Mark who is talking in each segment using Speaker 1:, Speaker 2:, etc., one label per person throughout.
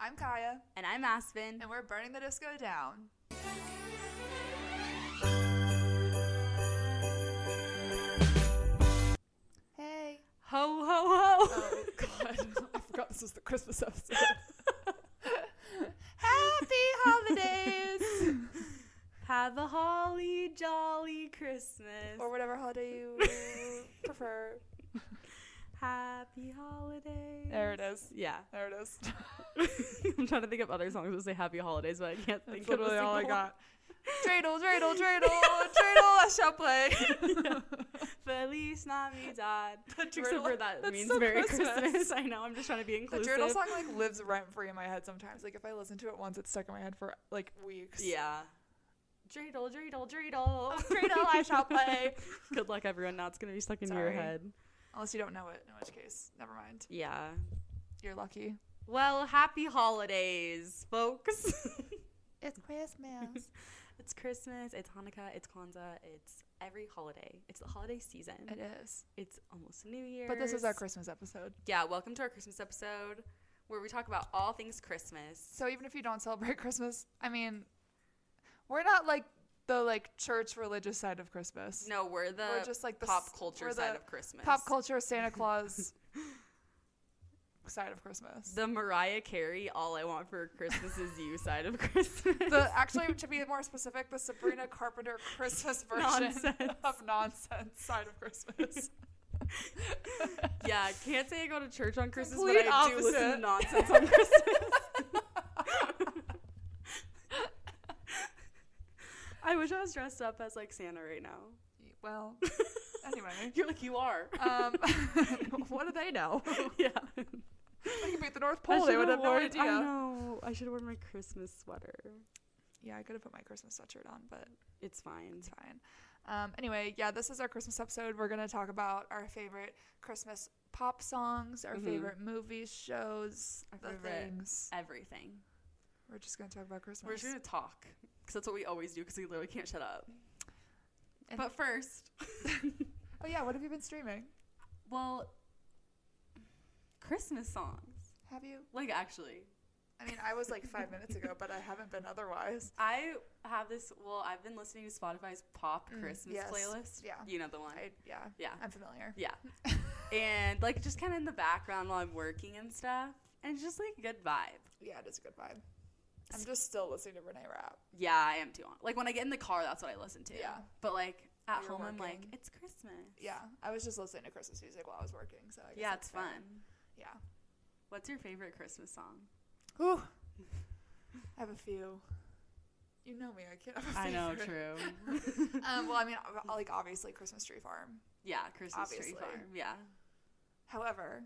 Speaker 1: I'm Kaya,
Speaker 2: And I'm Aspen.
Speaker 1: and we're burning the disco down. Hey.
Speaker 2: Ho, ho, ho.
Speaker 1: Oh, God. I forgot this was the Christmas episode.
Speaker 2: Happy holidays. Have a holly jolly Christmas.
Speaker 1: or whatever holiday you prefer.
Speaker 2: Happy holidays.
Speaker 1: There it is.
Speaker 2: Yeah.
Speaker 1: There it is.
Speaker 2: I'm trying to think of other songs that say happy holidays, but I can't think
Speaker 1: That's
Speaker 2: of a
Speaker 1: literally all I
Speaker 2: single one.
Speaker 1: got. dreidel, dreidel, dreidel, dreidel, I shall play.
Speaker 2: Feliz Navidad. Except
Speaker 1: Dreidel-
Speaker 2: for that
Speaker 1: that's
Speaker 2: means
Speaker 1: so
Speaker 2: Merry
Speaker 1: Christmas.
Speaker 2: Christmas. I know. I'm just trying to be
Speaker 1: The
Speaker 2: inclusive.
Speaker 1: dreidel song like lives rent free in my head sometimes. Like if I listen to it once, it's stuck in my head for like weeks.
Speaker 2: Yeah. Dreidel, dreidel, dreidel.
Speaker 1: dreidel, I shall play.
Speaker 2: Good luck, everyone. Now it's gonna be stuck in your
Speaker 1: Sorry.
Speaker 2: head.
Speaker 1: Unless you don't know it, in which case, never mind.
Speaker 2: Yeah.
Speaker 1: You're lucky.
Speaker 2: Well, happy holidays, folks.
Speaker 1: It's Christmas.
Speaker 2: it's Christmas. It's Hanukkah. It's Kwanzaa. It's every holiday. It's the holiday season.
Speaker 1: it is.
Speaker 2: It's almost New Year's.
Speaker 1: But this is our Christmas episode.
Speaker 2: Yeah. Welcome to our Christmas episode, where we talk about all things Christmas.
Speaker 1: So even if you don't celebrate Christmas, I mean, we're not like the like church religious side of Christmas.
Speaker 2: No, we're the
Speaker 1: we're just like the
Speaker 2: pop
Speaker 1: s-
Speaker 2: culture
Speaker 1: we're
Speaker 2: side
Speaker 1: the
Speaker 2: of Christmas.
Speaker 1: pop culture Santa Claus side of Christmas.
Speaker 2: The Mariah Carey "All I Want for Christmas Is You" side of Christmas.
Speaker 1: The actually to be more specific, the Sabrina Carpenter Christmas version
Speaker 2: Nonsense.
Speaker 1: of nonsense side of Christmas.
Speaker 2: yeah, I can't say I go to church on Christmas,
Speaker 1: Complete
Speaker 2: but I do listen to
Speaker 1: opposite.
Speaker 2: nonsense on Christmas. I wish I was dressed up as like Santa right now.
Speaker 1: well, anyway,
Speaker 2: You're like you are.
Speaker 1: um, what do they know?
Speaker 2: yeah.
Speaker 1: I could be at the North
Speaker 2: I
Speaker 1: Pole. They
Speaker 2: should've
Speaker 1: would have no
Speaker 2: worn-
Speaker 1: idea.
Speaker 2: I know. I should have worn my Christmas sweater.
Speaker 1: Yeah, I could have put my Christmas sweatshirt on, but
Speaker 2: It's fine.
Speaker 1: it's fine. Um, anyway, yeah, this is our Christmas episode. We're gonna talk about our favorite Christmas pop songs, our
Speaker 2: Mhm.
Speaker 1: favorite movies, shows,
Speaker 2: Our
Speaker 1: the
Speaker 2: favorite-
Speaker 1: things.
Speaker 2: Everything.
Speaker 1: We're just gonna talk about Christmas.
Speaker 2: We're just gonna talk because that's what we always do because we literally can't shut up.
Speaker 1: And-
Speaker 2: but first,
Speaker 1: oh yeah, what have you been streaming?
Speaker 2: well, Christmas songs.
Speaker 1: Have you?
Speaker 2: Like actually,
Speaker 1: I mean, I was like five minutes ago, but I haven't been otherwise.
Speaker 2: I have this. Well, I've been listening to Spotify's pop
Speaker 1: Mm,
Speaker 2: Christmas
Speaker 1: yes.
Speaker 2: playlist.
Speaker 1: Yeah.
Speaker 2: You know the one.
Speaker 1: I yeah,
Speaker 2: yeah.
Speaker 1: I'm familiar.
Speaker 2: Yeah. and like just kind of in the background while I'm working and stuff. And it's just like a good vibe.
Speaker 1: Yeah, it is a good vibe. I'm just still listening to Renee Rapp.
Speaker 2: Yeah, I am too. Like when I get in the car, that's what I listen to.
Speaker 1: Yeah.
Speaker 2: But like at
Speaker 1: You're
Speaker 2: home, I'm like,
Speaker 1: working.
Speaker 2: it's Christmas.
Speaker 1: Yeah, I was just listening to Christmas music while I was working, so I guess
Speaker 2: Yeah,
Speaker 1: that's
Speaker 2: it's
Speaker 1: fair.
Speaker 2: fun.
Speaker 1: Yeah.
Speaker 2: What's your favorite Christmas song?
Speaker 1: Ooh. I have a few. You know me. I can't. Have a favorite.
Speaker 2: true.
Speaker 1: Um, well, I mean, ob- like obviously Christmas Tree Farm.
Speaker 2: yeah, Christmas
Speaker 1: Obviously.
Speaker 2: Tree Farm. Yeah.
Speaker 1: However,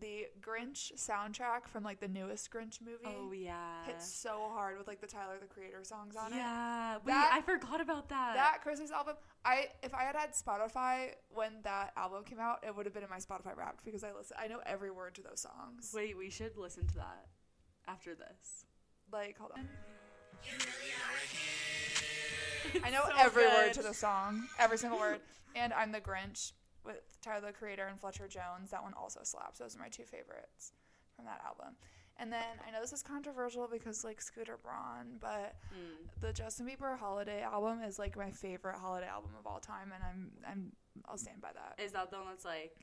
Speaker 1: the Grinch soundtrack from like the newest Grinch movie
Speaker 2: Oh yeah.
Speaker 1: hits so hard with like the Tyler the Creator songs on it.
Speaker 2: yeah. Wait,
Speaker 1: That-
Speaker 2: I forgot about that.
Speaker 1: That Christmas album, I if I had had Spotify when that album came out, it would have been in my Spotify Wrapped because I listen. I know every word to those songs.
Speaker 2: Wait, we should listen to that after this.
Speaker 1: Like, hold on. I know every word to the song, every single word. And I'm the Grinch with Tyler the Creator and Fletcher Jones. That one also slaps. Those are my two favorites from that album. And then I know this is controversial because like Scooter Braun, but
Speaker 2: Mm.
Speaker 1: the Justin Bieber holiday album is like my favorite holiday album of all time, and I'm I'm I'll stand by that.
Speaker 2: Is that the one that's like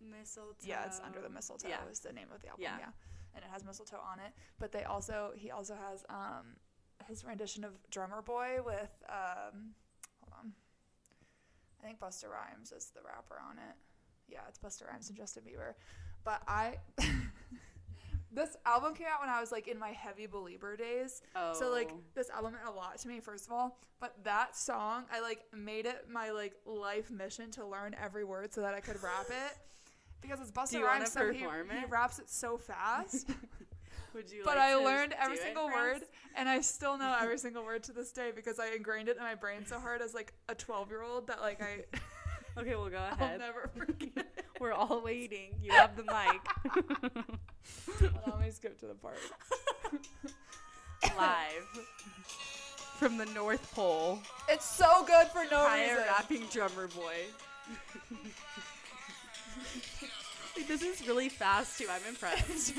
Speaker 2: mistletoe?
Speaker 1: Yeah, it's under the mistletoe
Speaker 2: Yeah.
Speaker 1: is the name of the album.
Speaker 2: Yeah.
Speaker 1: Yeah. And it has mistletoe on it. But they also he also has um his rendition of Drummer Boy with um hold on. I think Buster Rhymes is the rapper on it. Yeah, it's Buster Rhymes and Justin Bieber. But I this album came out when I was like in my heavy belieber days.
Speaker 2: Oh.
Speaker 1: So like this album meant a lot to me first of all, but that song I like made it my like life mission to learn every word so that I could rap it because it's Busta
Speaker 2: you wanna
Speaker 1: Rhymes so he,
Speaker 2: perform
Speaker 1: he
Speaker 2: it?
Speaker 1: raps it so fast.
Speaker 2: Would you
Speaker 1: but
Speaker 2: like
Speaker 1: I
Speaker 2: to
Speaker 1: learned
Speaker 2: do
Speaker 1: every
Speaker 2: it
Speaker 1: single
Speaker 2: for us?
Speaker 1: word and I still know every single word to this day because I ingrained it in my brain so hard as like a 12-year-old that like I
Speaker 2: Okay, we'll go
Speaker 1: I'll
Speaker 2: ahead.
Speaker 1: never forget.
Speaker 2: We're all waiting. You have the mic.
Speaker 1: Let me skip to the part.
Speaker 2: Live from the North Pole.
Speaker 1: It's so good for no
Speaker 2: Higher
Speaker 1: reason.
Speaker 2: rapping drummer boy. Like, this is really fast too. I'm impressed.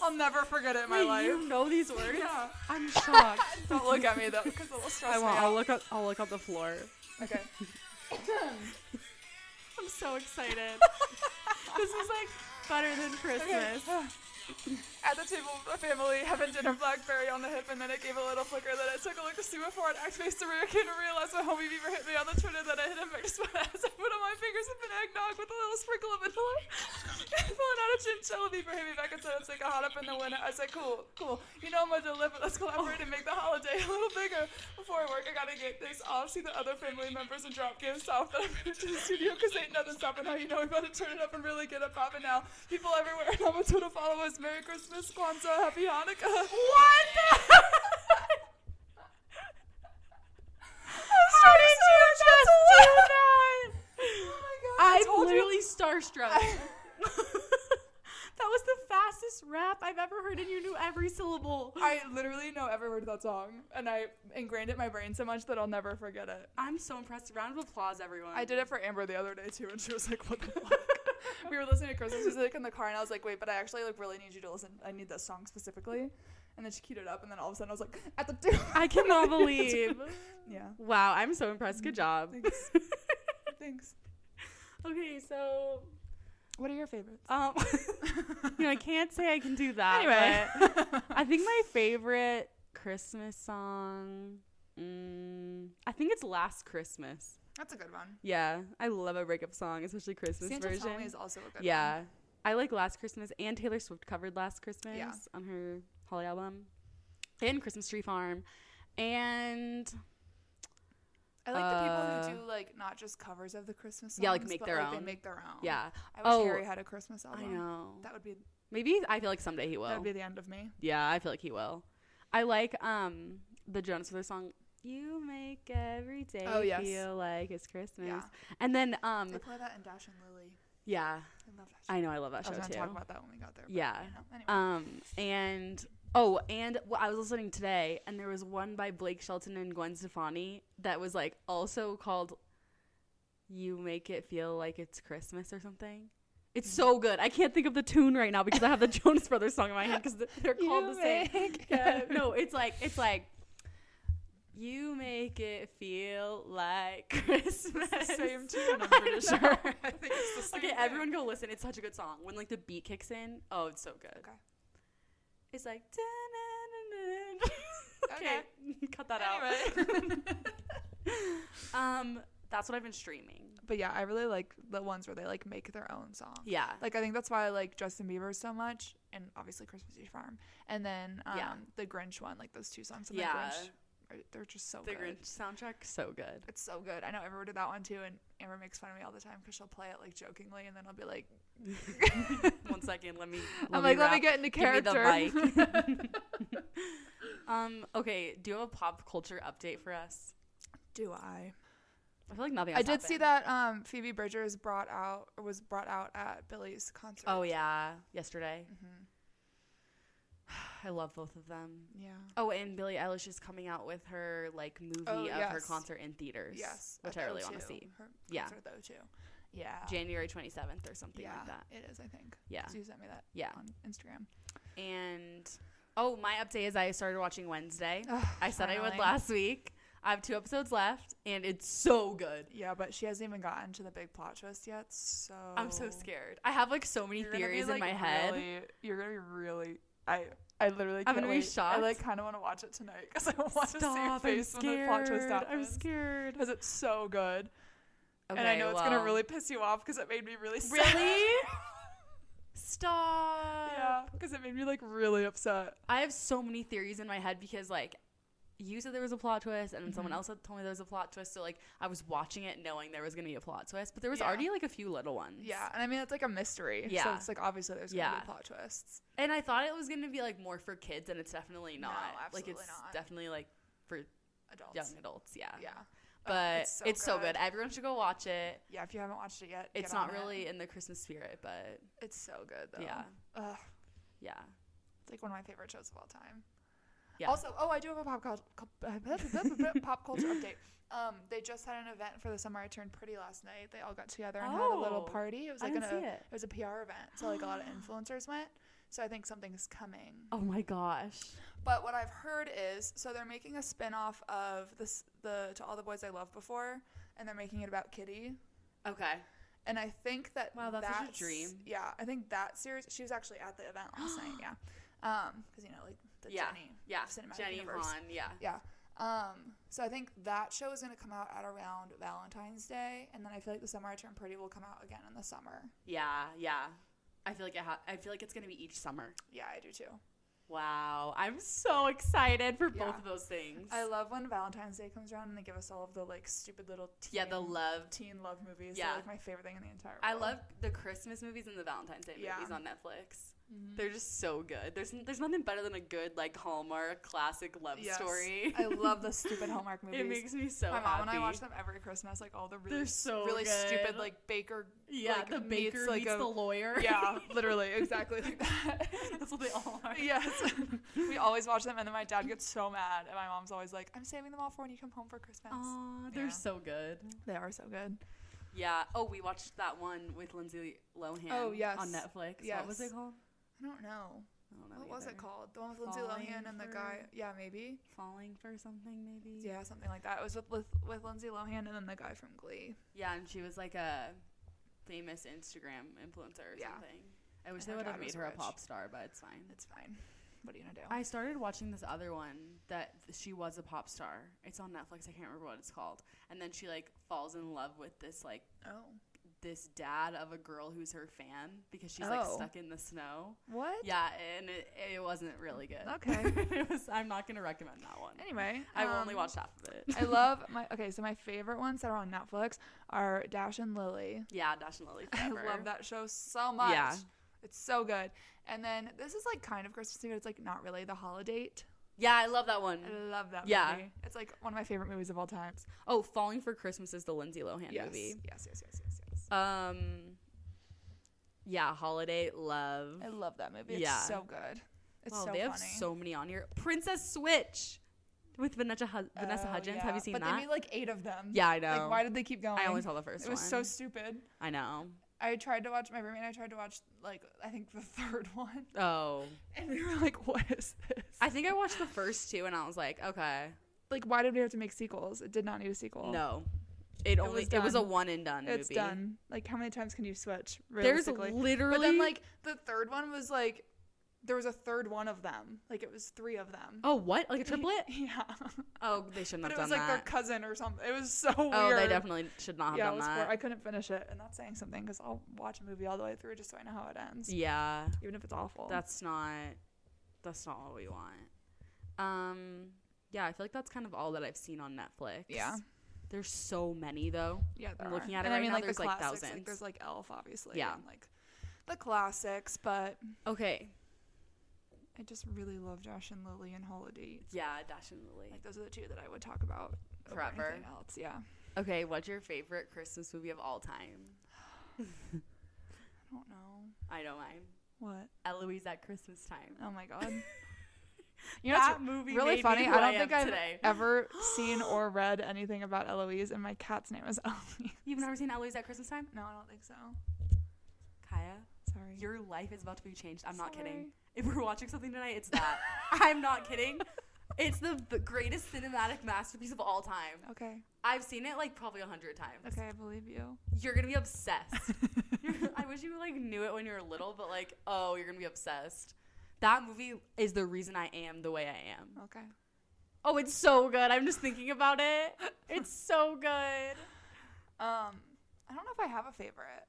Speaker 1: I'll never forget it in my
Speaker 2: Wait,
Speaker 1: life.
Speaker 2: You know these words?
Speaker 1: Yeah.
Speaker 2: I'm shocked.
Speaker 1: Don't look at me though, because it'll stress
Speaker 2: I
Speaker 1: me
Speaker 2: won't.
Speaker 1: out.
Speaker 2: I'll look up. I'll look up the floor.
Speaker 1: okay.
Speaker 2: I'm so excited. this is like better than
Speaker 1: Okay.
Speaker 2: Christmas.
Speaker 1: At the table with the family, having dinner blackberry on the hip, and then it gave a little flicker. Then I took a look to see before it activates the rear can and realized my homie beaver hit me on the trigger. Then I hit him back to my ass. I put on my fingers and been eggnog with a little sprinkle of vanilla. Pulling out a chinchilla beaver hit me back and said it's like a hot up in the winter. I said, cool, cool. You know I'm gonna deliver. Let's collaborate and make the holiday a little bigger. Before I work, I gotta get things off, see the other family members, and drop gifts off. Then I'm headed to the studio because ain't nothing stopping now. You know we better turn it up and really get it poppin' now. People everywhere in Amatoda follow us. Merry Christmas, Kwanzaa, Happy Hanukkah. What? How did you just do that? Oh my god!
Speaker 2: I'm
Speaker 1: told you.
Speaker 2: literally starstruck. that was the fastest rap I've ever heard, and you knew every syllable.
Speaker 1: I literally know every word of that song, and I ingrained it in my brain so much that I'll never forget it.
Speaker 2: I'm so impressed. Round of applause, everyone.
Speaker 1: I did it for Amber the other day too, and she was like, "What the fuck?" we were listening to Christmas music in the car, and I was like, "Wait, but I actually like really need you to listen. I need this song specifically." And then she queued it up, and then all of a sudden I was like, "At the do."
Speaker 2: I cannot believe.
Speaker 1: yeah.
Speaker 2: Wow, I'm so impressed. Good job.
Speaker 1: Thanks. Thanks.
Speaker 2: okay, so
Speaker 1: What are your favorites?
Speaker 2: um, you know, I can't say I can do that.
Speaker 1: Anyway.
Speaker 2: but- I think my favorite Christmas song. Mm, I think it's Last Christmas.
Speaker 1: That's a good one.
Speaker 2: Yeah, I love a breakup song, especially Christmas
Speaker 1: Santa
Speaker 2: version.
Speaker 1: Tell Me is also a good
Speaker 2: yeah,
Speaker 1: one.
Speaker 2: I like Last Christmas, and Taylor Swift covered Last Christmas
Speaker 1: Yeah.
Speaker 2: on her holiday album, and Christmas Tree Farm, and
Speaker 1: I like the
Speaker 2: Uh,
Speaker 1: people who do like not just covers of the Christmas songs,
Speaker 2: Yeah, like, make
Speaker 1: but,
Speaker 2: their
Speaker 1: like, They
Speaker 2: own.
Speaker 1: make their own.
Speaker 2: yeah,
Speaker 1: I wish
Speaker 2: Oh,
Speaker 1: Harry had a Christmas album.
Speaker 2: I know.
Speaker 1: That would be
Speaker 2: Maybe I feel like someday he
Speaker 1: that
Speaker 2: will.
Speaker 1: would be the end of me.
Speaker 2: yeah, I feel like he will. I like um the Jonas Brothers song. You make every day
Speaker 1: Oh, yes.
Speaker 2: feel like it's Christmas.
Speaker 1: Yeah.
Speaker 2: And then um
Speaker 1: They play that in Dash and Lily.
Speaker 2: yeah,
Speaker 1: I love that. Show.
Speaker 2: I know I love that
Speaker 1: I was
Speaker 2: show
Speaker 1: gonna
Speaker 2: too.
Speaker 1: talk about that when we got there. but,
Speaker 2: Yeah.
Speaker 1: you know, anyway.
Speaker 2: Um, and oh, and well, I was listening today, and there was one by Blake Shelton and Gwen Stefani that was like also called "You Make It Feel Like It's Christmas" or something. It's so good. I can't think of the tune right now because I have the Jonas Brothers song in my head because they're called the same. Yeah, no, it's like it's like. You make it feel like Christmas.
Speaker 1: same tune, I'm
Speaker 2: I
Speaker 1: pretty sure.
Speaker 2: know.
Speaker 1: I think it's the same
Speaker 2: Okay,
Speaker 1: thing.
Speaker 2: everyone go listen. It's such a good song. When like the beat kicks in, oh, it's so good.
Speaker 1: Okay.
Speaker 2: It's like. "Da-na-na-na." okay, cut that out. Um, that's what I've been streaming.
Speaker 1: but yeah, I really like the ones where they like make their own song.
Speaker 2: Yeah.
Speaker 1: Like I think that's why I like Justin Bieber so much, and obviously Christmas Eve Farm, and then um,
Speaker 2: Yeah.
Speaker 1: the Grinch one. Like those two songs from
Speaker 2: Yeah.
Speaker 1: the Grinch, are- they're just so
Speaker 2: the
Speaker 1: good.
Speaker 2: Grinch soundtrack, so good.
Speaker 1: It's so good. I know Amber did that one too, and Amber makes fun of me all the time because she'll play it like jokingly, and then I'll be like,
Speaker 2: One second, let me.
Speaker 1: "I'm like, let me
Speaker 2: wrap.
Speaker 1: get into
Speaker 2: Give me
Speaker 1: character."
Speaker 2: the mic. um. Okay. Do you have a pop culture update for us?
Speaker 1: Do I?
Speaker 2: I feel like nothing.
Speaker 1: I
Speaker 2: has
Speaker 1: did see
Speaker 2: happened.
Speaker 1: that um, Phoebe Bridgers brought out or was brought out at Billy's concert.
Speaker 2: Oh yeah, yesterday.
Speaker 1: Mhm.
Speaker 2: I love both of them.
Speaker 1: yeah.
Speaker 2: Oh, and Billie Eilish is coming out with her like movie
Speaker 1: Oh,
Speaker 2: of her
Speaker 1: yes.
Speaker 2: concert in theaters.
Speaker 1: Yes,
Speaker 2: which
Speaker 1: at
Speaker 2: I really want to
Speaker 1: O2,
Speaker 2: see.
Speaker 1: Her
Speaker 2: Yeah.
Speaker 1: concert though too. Yeah,
Speaker 2: January twenty seventh or something
Speaker 1: yeah,
Speaker 2: like that.
Speaker 1: it is. I think.
Speaker 2: Yeah,
Speaker 1: So you sent me that
Speaker 2: yeah.
Speaker 1: on Instagram.
Speaker 2: And oh, my update is I started watching Wednesday.
Speaker 1: Ugh,
Speaker 2: I said I would
Speaker 1: Oh, finally.
Speaker 2: last week. I have two episodes left, and it's so good.
Speaker 1: Yeah, but she hasn't even gotten to the big plot twist yet, so
Speaker 2: I'm so scared. I have like so many
Speaker 1: Oh. You're gonna be,
Speaker 2: theories in
Speaker 1: like,
Speaker 2: my head.
Speaker 1: really- you're gonna be really. I I literally.
Speaker 2: I'm
Speaker 1: Can't
Speaker 2: gonna be
Speaker 1: wait.
Speaker 2: shocked.
Speaker 1: I like kind of want to watch it tonight because I want to see your
Speaker 2: Stop! I'm
Speaker 1: face when the plot twist
Speaker 2: scared. I'm
Speaker 1: happens.
Speaker 2: scared.
Speaker 1: Because it's so good, and I
Speaker 2: Okay,
Speaker 1: know it's gonna
Speaker 2: well.
Speaker 1: really piss you off because it made me really sad.
Speaker 2: really. Stop.
Speaker 1: yeah, because it made me like really upset.
Speaker 2: I have so many theories in my head because like you said there was a plot twist and then
Speaker 1: Mm-hmm.
Speaker 2: someone else had told me there was a plot twist so like I was watching it knowing there was going to be a plot twist but there was
Speaker 1: Yeah.
Speaker 2: already like a few little ones.
Speaker 1: Yeah, and I mean it's like a mystery. so
Speaker 2: Yeah.
Speaker 1: it's like obviously there's gonna
Speaker 2: Yeah.
Speaker 1: be plot twists.
Speaker 2: And I thought it was going to be like more for kids and it's definitely
Speaker 1: No,
Speaker 2: not.
Speaker 1: absolutely
Speaker 2: like it's
Speaker 1: not.
Speaker 2: definitely like for
Speaker 1: Adults.
Speaker 2: young adults, yeah.
Speaker 1: Yeah. Oh,
Speaker 2: But
Speaker 1: Ugh,
Speaker 2: it's, so, good. Everyone should go watch it.
Speaker 1: Yeah, if you haven't watched it yet, get
Speaker 2: It's not
Speaker 1: on it.
Speaker 2: really in the Christmas spirit, but
Speaker 1: It's so good though.
Speaker 2: yeah.
Speaker 1: Ugh,
Speaker 2: Yeah.
Speaker 1: it's like one of my favorite shows of all time.
Speaker 2: Yeah.
Speaker 1: Also, oh, I do have a pop culture pop culture update. Um, they just had an event for the summer I turned pretty last night. They all got together and had a little
Speaker 2: Oh,
Speaker 1: party. It was
Speaker 2: I
Speaker 1: like an,
Speaker 2: didn't see
Speaker 1: a,
Speaker 2: it.
Speaker 1: was a PR event, so like a lot of influencers went. So I think something's coming.
Speaker 2: Oh my gosh.
Speaker 1: But what I've heard is so they're making a spin-off of this the To All the Boys I Loved Before and they're making it about Kitty.
Speaker 2: Okay.
Speaker 1: And I think that
Speaker 2: Wow, that's such a dream.
Speaker 1: Yeah, I think that series she was actually at the event last night, yeah. Um cuz you know like the
Speaker 2: Yeah,
Speaker 1: Jenny
Speaker 2: Yeah.
Speaker 1: cinematic
Speaker 2: Jenny
Speaker 1: universe.
Speaker 2: Han. Yeah.
Speaker 1: Yeah. Um, so I think that show is going to come out at around Valentine's Day, and then I feel like the summer I turn pretty will come out again in the summer.
Speaker 2: Yeah. Yeah. I feel like it ha- I feel like it's gonna be each summer.
Speaker 1: Yeah, I do too.
Speaker 2: Wow, I'm so excited for both
Speaker 1: Yeah.
Speaker 2: of those things.
Speaker 1: I love when Valentine's Day comes around and they give us all of the like stupid little teen,
Speaker 2: yeah, the love.
Speaker 1: teen love movies.
Speaker 2: Yeah.
Speaker 1: They're like my favorite thing in the entire. World.
Speaker 2: I love the Christmas movies and the Valentine's Day
Speaker 1: Yeah.
Speaker 2: movies on Netflix.
Speaker 1: Mhm.
Speaker 2: They're just so good. There's n- there's nothing better than a good like Hallmark classic love
Speaker 1: Yes.
Speaker 2: story.
Speaker 1: I love the stupid Hallmark movies.
Speaker 2: it makes me so
Speaker 1: my mom
Speaker 2: happy.
Speaker 1: and I watch them every Christmas, like all the really,
Speaker 2: They're so
Speaker 1: really stupid
Speaker 2: good.
Speaker 1: like baker.
Speaker 2: Yeah,
Speaker 1: like,
Speaker 2: the
Speaker 1: meets,
Speaker 2: baker meets,
Speaker 1: like, a-
Speaker 2: the lawyer.
Speaker 1: Yeah, literally, exactly like that.
Speaker 2: that's what they all are.
Speaker 1: yes. we always watch them, and then my dad gets so mad, and my mom's always like, "I'm saving them all for when you come home for Christmas."
Speaker 2: Aw, they're
Speaker 1: Yeah.
Speaker 2: so good.
Speaker 1: They are so good.
Speaker 2: Yeah. Oh, we watched that one with Lindsay Lohan.
Speaker 1: Oh, yes.
Speaker 2: on Netflix. What was
Speaker 1: Yes.
Speaker 2: it called?
Speaker 1: I don't know
Speaker 2: I don't know.
Speaker 1: what was it
Speaker 2: either.
Speaker 1: called. The one with Lindsay
Speaker 2: Falling
Speaker 1: Lohan and the guy.
Speaker 2: for-
Speaker 1: Yeah, maybe.
Speaker 2: Falling for something, maybe.
Speaker 1: Yeah, something like that. It was with with, with Lindsay Lohan and then the guy from Glee.
Speaker 2: Yeah, and she was like a famous Instagram influencer or
Speaker 1: Yeah.
Speaker 2: something. I wish
Speaker 1: And
Speaker 2: they
Speaker 1: her
Speaker 2: would have
Speaker 1: dad
Speaker 2: made
Speaker 1: was
Speaker 2: her
Speaker 1: rich.
Speaker 2: a pop star, but it's fine.
Speaker 1: It's fine. What are you gonna do?
Speaker 2: I started watching this other one that th- she was a pop star. It's on Netflix. I can't remember what it's called. And then she like falls in love with this like
Speaker 1: oh,
Speaker 2: this dad of a girl who's her fan because she's like
Speaker 1: Oh.
Speaker 2: stuck in the snow.
Speaker 1: what?
Speaker 2: Yeah, and it, it wasn't really good.
Speaker 1: Okay.
Speaker 2: it was, I'm not gonna recommend that one.
Speaker 1: Anyway,
Speaker 2: I've only
Speaker 1: um,
Speaker 2: watched half of it.
Speaker 1: I love my okay. So my favorite ones that are on Netflix are Dash and Lily.
Speaker 2: yeah, Dash and Lily.
Speaker 1: I
Speaker 2: Forever.
Speaker 1: love that show so much.
Speaker 2: Yeah.
Speaker 1: It's so good. And then this is like kind of Christmassy, but it's like not really the holiday.
Speaker 2: Yeah, I love that one.
Speaker 1: I love that
Speaker 2: Mm. Yeah.
Speaker 1: movie. It's like one of my favorite movies of all time.
Speaker 2: Oh, Falling for Christmas is the Lindsay Lohan
Speaker 1: yes.
Speaker 2: movie.
Speaker 1: Yes, yes, yes, yes, yes.
Speaker 2: Um, yeah, Holiday Love.
Speaker 1: I love that movie. It's
Speaker 2: Yeah.
Speaker 1: so good. It's
Speaker 2: wow,
Speaker 1: so
Speaker 2: they have
Speaker 1: funny.
Speaker 2: so many on here. Princess Switch with Vanessa Hu- Vanessa
Speaker 1: Oh,
Speaker 2: Hudgens.
Speaker 1: yeah.
Speaker 2: Have you seen
Speaker 1: but
Speaker 2: that?
Speaker 1: they made like eight of them.
Speaker 2: yeah, I know.
Speaker 1: Like, why did they keep going?
Speaker 2: I only saw the first
Speaker 1: it was
Speaker 2: one.
Speaker 1: so stupid.
Speaker 2: I know.
Speaker 1: I tried to watch my roommate. and I tried to watch like I think the third one,
Speaker 2: Oh,
Speaker 1: and we were like, "What is this?
Speaker 2: I think I watched the first two and I was like, okay,
Speaker 1: like, why did we have to make sequels? It did not need a sequel.
Speaker 2: no. It only
Speaker 1: was
Speaker 2: it was a
Speaker 1: done.
Speaker 2: one and done
Speaker 1: it's
Speaker 2: movie.
Speaker 1: done. Like, how many times can you switch?
Speaker 2: There's
Speaker 1: Realistically,
Speaker 2: literally
Speaker 1: But then like the third one was like there was a third one of them. Like it was three of them.
Speaker 2: oh what like a triplet?
Speaker 1: Yeah.
Speaker 2: Oh, they shouldn't
Speaker 1: but
Speaker 2: have
Speaker 1: it was
Speaker 2: done
Speaker 1: like their
Speaker 2: that.
Speaker 1: cousin or something. It was so weird.
Speaker 2: oh, they definitely should not have
Speaker 1: yeah, it
Speaker 2: done
Speaker 1: was
Speaker 2: that.
Speaker 1: poor. I couldn't finish it, and that's saying something because I'll watch a movie all the way through just so I know how it ends,
Speaker 2: yeah.
Speaker 1: even if it's awful.
Speaker 2: that's not that's not what we want um yeah i feel like that's kind of all that i've seen on netflix
Speaker 1: Yeah.
Speaker 2: there's so many though
Speaker 1: yeah. There
Speaker 2: I'm looking
Speaker 1: are.
Speaker 2: at it
Speaker 1: and
Speaker 2: right
Speaker 1: I mean,
Speaker 2: now,
Speaker 1: like
Speaker 2: there's,
Speaker 1: the
Speaker 2: like,
Speaker 1: classics.
Speaker 2: thousands.
Speaker 1: there's like Elf, obviously.
Speaker 2: Yeah.
Speaker 1: and, like the classics, but
Speaker 2: okay
Speaker 1: I just really love Josh and Lily and Holiday.
Speaker 2: yeah definitely
Speaker 1: Like those are the two that I would talk about over
Speaker 2: Forever.
Speaker 1: anything else. Yeah.
Speaker 2: okay what's your favorite christmas movie of all time
Speaker 1: I don't know
Speaker 2: i know mine
Speaker 1: what.
Speaker 2: eloise at christmas time
Speaker 1: Oh my god.
Speaker 2: you
Speaker 1: know, it's
Speaker 2: movie
Speaker 1: really
Speaker 2: made me
Speaker 1: funny.
Speaker 2: who
Speaker 1: I don't
Speaker 2: am
Speaker 1: think I've
Speaker 2: today
Speaker 1: ever seen or read anything about Eloise, and my cat's name is Eloise.
Speaker 2: you've never seen eloise at christmas time
Speaker 1: No, I don't think so.
Speaker 2: kaya
Speaker 1: Sorry.
Speaker 2: your life is about to be changed i'm not kidding
Speaker 1: Sorry.
Speaker 2: if we're watching something tonight it's that i'm not kidding it's the b- greatest cinematic masterpiece of all time
Speaker 1: Okay.
Speaker 2: I've seen it like probably a hundred times.
Speaker 1: Okay, I believe you.
Speaker 2: You're gonna be obsessed. You're- I wish you like knew it when you were little, but like, oh, you're gonna be obsessed. That movie is the reason I am the way I am.
Speaker 1: Okay.
Speaker 2: Oh, it's so good. I'm just thinking about it. It's so good.
Speaker 1: Um, I don't know if I have a favorite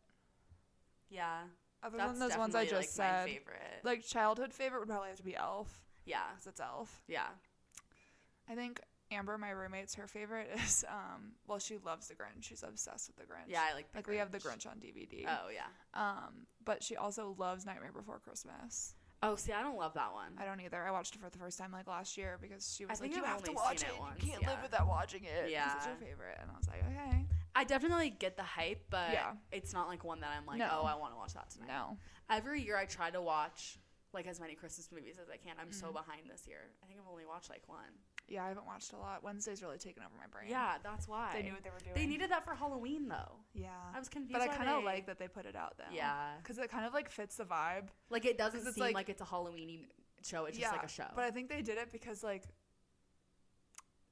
Speaker 2: Yeah.
Speaker 1: other
Speaker 2: That's
Speaker 1: than those ones I
Speaker 2: definitely,
Speaker 1: just
Speaker 2: like,
Speaker 1: said.
Speaker 2: My favorite.
Speaker 1: Like childhood favorite would probably have to be Elf
Speaker 2: yeah.
Speaker 1: because it's Elf.
Speaker 2: Yeah.
Speaker 1: I think Amber, my roommate's, her favorite is um. Well, she loves the Grinch. She's obsessed with the Grinch.
Speaker 2: Yeah, I like the
Speaker 1: Like we have the
Speaker 2: Grinch.
Speaker 1: Grinch on DVD.
Speaker 2: Oh yeah.
Speaker 1: Um, but she also loves Nightmare Before Christmas.
Speaker 2: Oh, see, I don't love that one.
Speaker 1: I don't either. I watched it for the first time like last year because she was
Speaker 2: think
Speaker 1: like, "You
Speaker 2: I've
Speaker 1: have to
Speaker 2: only
Speaker 1: watch
Speaker 2: seen
Speaker 1: it.
Speaker 2: it once,
Speaker 1: you can't live
Speaker 2: yeah.
Speaker 1: without watching it. 'cause it's
Speaker 2: Yeah.
Speaker 1: your favorite." And I was like, "Okay,
Speaker 2: I definitely get the hype, but
Speaker 1: Yeah.
Speaker 2: it's not like one that I'm like,
Speaker 1: No.
Speaker 2: oh, I want to watch that tonight.
Speaker 1: no,
Speaker 2: every year I try
Speaker 1: Mm-hmm.
Speaker 2: to watch like as many Christmas movies as I can. I'm so behind this year. I think I've only watched like one.
Speaker 1: Yeah, I haven't watched a lot. Wednesday's really taken over my brain.
Speaker 2: Yeah, that's why.
Speaker 1: They knew what they were doing.
Speaker 2: They needed that for Halloween though.
Speaker 1: Yeah.
Speaker 2: I was confused.
Speaker 1: but I
Speaker 2: why
Speaker 1: kind of
Speaker 2: they-
Speaker 1: like that they put it out then.
Speaker 2: Yeah.
Speaker 1: Because it kind of like fits the vibe.
Speaker 2: Like it doesn't
Speaker 1: 'Cause
Speaker 2: seem
Speaker 1: it's
Speaker 2: like,
Speaker 1: like-
Speaker 2: it's a Halloweeny show. It's just like a show.
Speaker 1: But I think they did it because like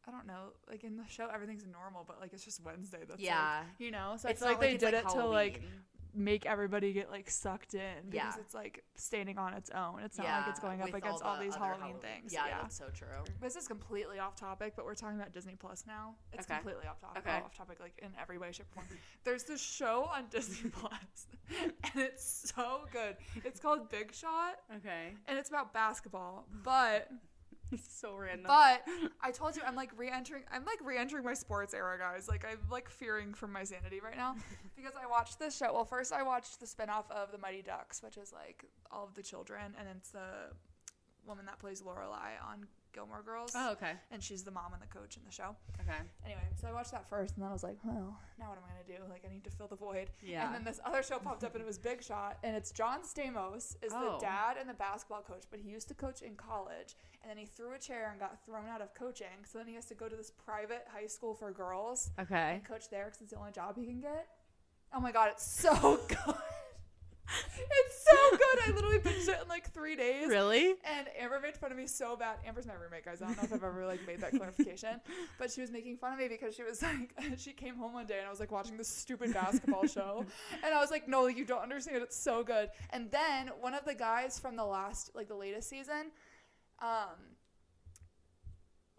Speaker 1: I don't know, like in the show everything's normal, but like it's just Wednesday. That's like,
Speaker 2: yeah.
Speaker 1: you know. So
Speaker 2: it's
Speaker 1: it's like,
Speaker 2: not
Speaker 1: they
Speaker 2: it's,
Speaker 1: did it to like
Speaker 2: Halloween.
Speaker 1: make everybody get like sucked in because
Speaker 2: Yeah.
Speaker 1: it's like standing on its own. It's not like it's
Speaker 2: Yeah,
Speaker 1: going up
Speaker 2: with
Speaker 1: against all,
Speaker 2: the
Speaker 1: these
Speaker 2: other
Speaker 1: Halloween,
Speaker 2: Hallow-
Speaker 1: things.
Speaker 2: Yeah,
Speaker 1: Yeah.
Speaker 2: that's so true.
Speaker 1: This is completely off topic, but we're talking about Disney Plus now. It's
Speaker 2: Okay.
Speaker 1: completely off topic.
Speaker 2: Okay.
Speaker 1: Off topic, like in every way, shape, or form. There's this show on Disney Plus, and it's so good. It's called Big Shot,
Speaker 2: Okay.
Speaker 1: and it's about basketball. But
Speaker 2: so random.
Speaker 1: But I told you I'm like re-entering I'm like re-entering my sports era, guys. Like I'm like fearing for my sanity right now because I watched this show. Well, first I watched the spin-off of The Mighty Ducks, which is like all of the children and it's the woman that plays Lorelai on Gilmore Girls.
Speaker 2: oh, okay.
Speaker 1: And she's the mom and the coach in the show.
Speaker 2: Okay.
Speaker 1: Anyway, so I watched that first and then I was like, well, now what am I going to do? Like I need to fill the void.
Speaker 2: Yeah.
Speaker 1: And then this other show popped up and it was Big Shot and it's John Stamos is
Speaker 2: Oh.
Speaker 1: the dad and the basketball coach, but he used to coach in college and then he threw a chair and got thrown out of coaching. So then he has to go to this private high school for girls
Speaker 2: okay.
Speaker 1: and coach there because it's the only job he can get. Oh my god, it's so good. it's so good. I literally binged it in like 3 days.
Speaker 2: Really?
Speaker 1: And Amber made fun of me so bad. Amber's my roommate, guys. I don't know if I've ever like made that clarification, but she was making fun of me because she was like, she came home one day and I was like watching this stupid basketball show, and I was like, no, you don't understand. It's so good. And then one of the guys from the last, like the latest season, um,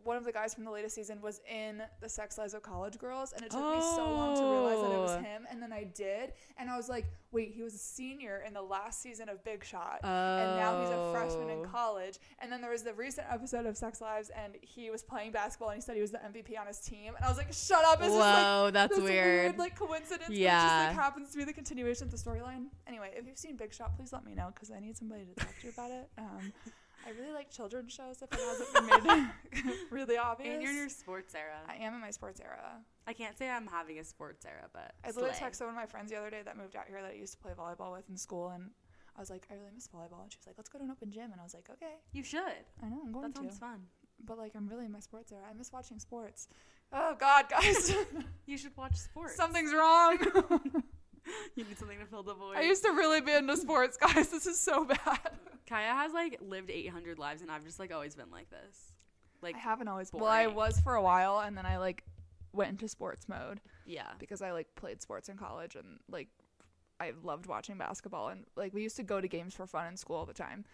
Speaker 1: one of the guys from the latest season was in the Sex Lives of College Girls, and it took me so long to realize that it
Speaker 2: Oh.
Speaker 1: was him. And then I did, and I was like, wait, he was a senior in the last season of Big Shot and now he's a freshman in
Speaker 2: Oh.
Speaker 1: college. And then there was the recent episode of Sex Lives, and he was playing basketball, and he said he was the MVP on his team. And I was like, "Shut up!" It's
Speaker 2: Whoa,
Speaker 1: just like
Speaker 2: that's
Speaker 1: this
Speaker 2: weird.
Speaker 1: like coincidence. but it
Speaker 2: Yeah.
Speaker 1: just like happens to be the continuation of the storyline. Anyway, if you've seen Big Shot, please let me know because I need somebody to talk to about it. Um, I really like children's shows. If it hasn't been made really obvious,
Speaker 2: and you're in your sports era.
Speaker 1: I
Speaker 2: I,
Speaker 1: am in my sports era.
Speaker 2: can't say I'm having a sports era, but
Speaker 1: I literally
Speaker 2: slay.
Speaker 1: texted one of my friends the other day that moved out here that I used to play volleyball with in school, and I was like, I really miss volleyball. And she was like, Let's go to an open gym. And I was like, Okay.
Speaker 2: You should.
Speaker 1: I know I'm going
Speaker 2: That
Speaker 1: to,
Speaker 2: sounds fun.
Speaker 1: but like I'm really in my sports era. I miss watching sports. Oh God, guys,
Speaker 2: You should watch sports.
Speaker 1: something's wrong.
Speaker 2: You need something to fill the void.
Speaker 1: I used to really be into sports, guys. This is so bad.
Speaker 2: Kaya has like lived 800 lives, and I've just like always been like this. Like,
Speaker 1: I haven't always. Well, I
Speaker 2: boring.
Speaker 1: was for a while, and then I like went into sports mode
Speaker 2: yeah.
Speaker 1: because I like played sports in college and like I loved watching basketball and like we used to go to games for fun in school all the time,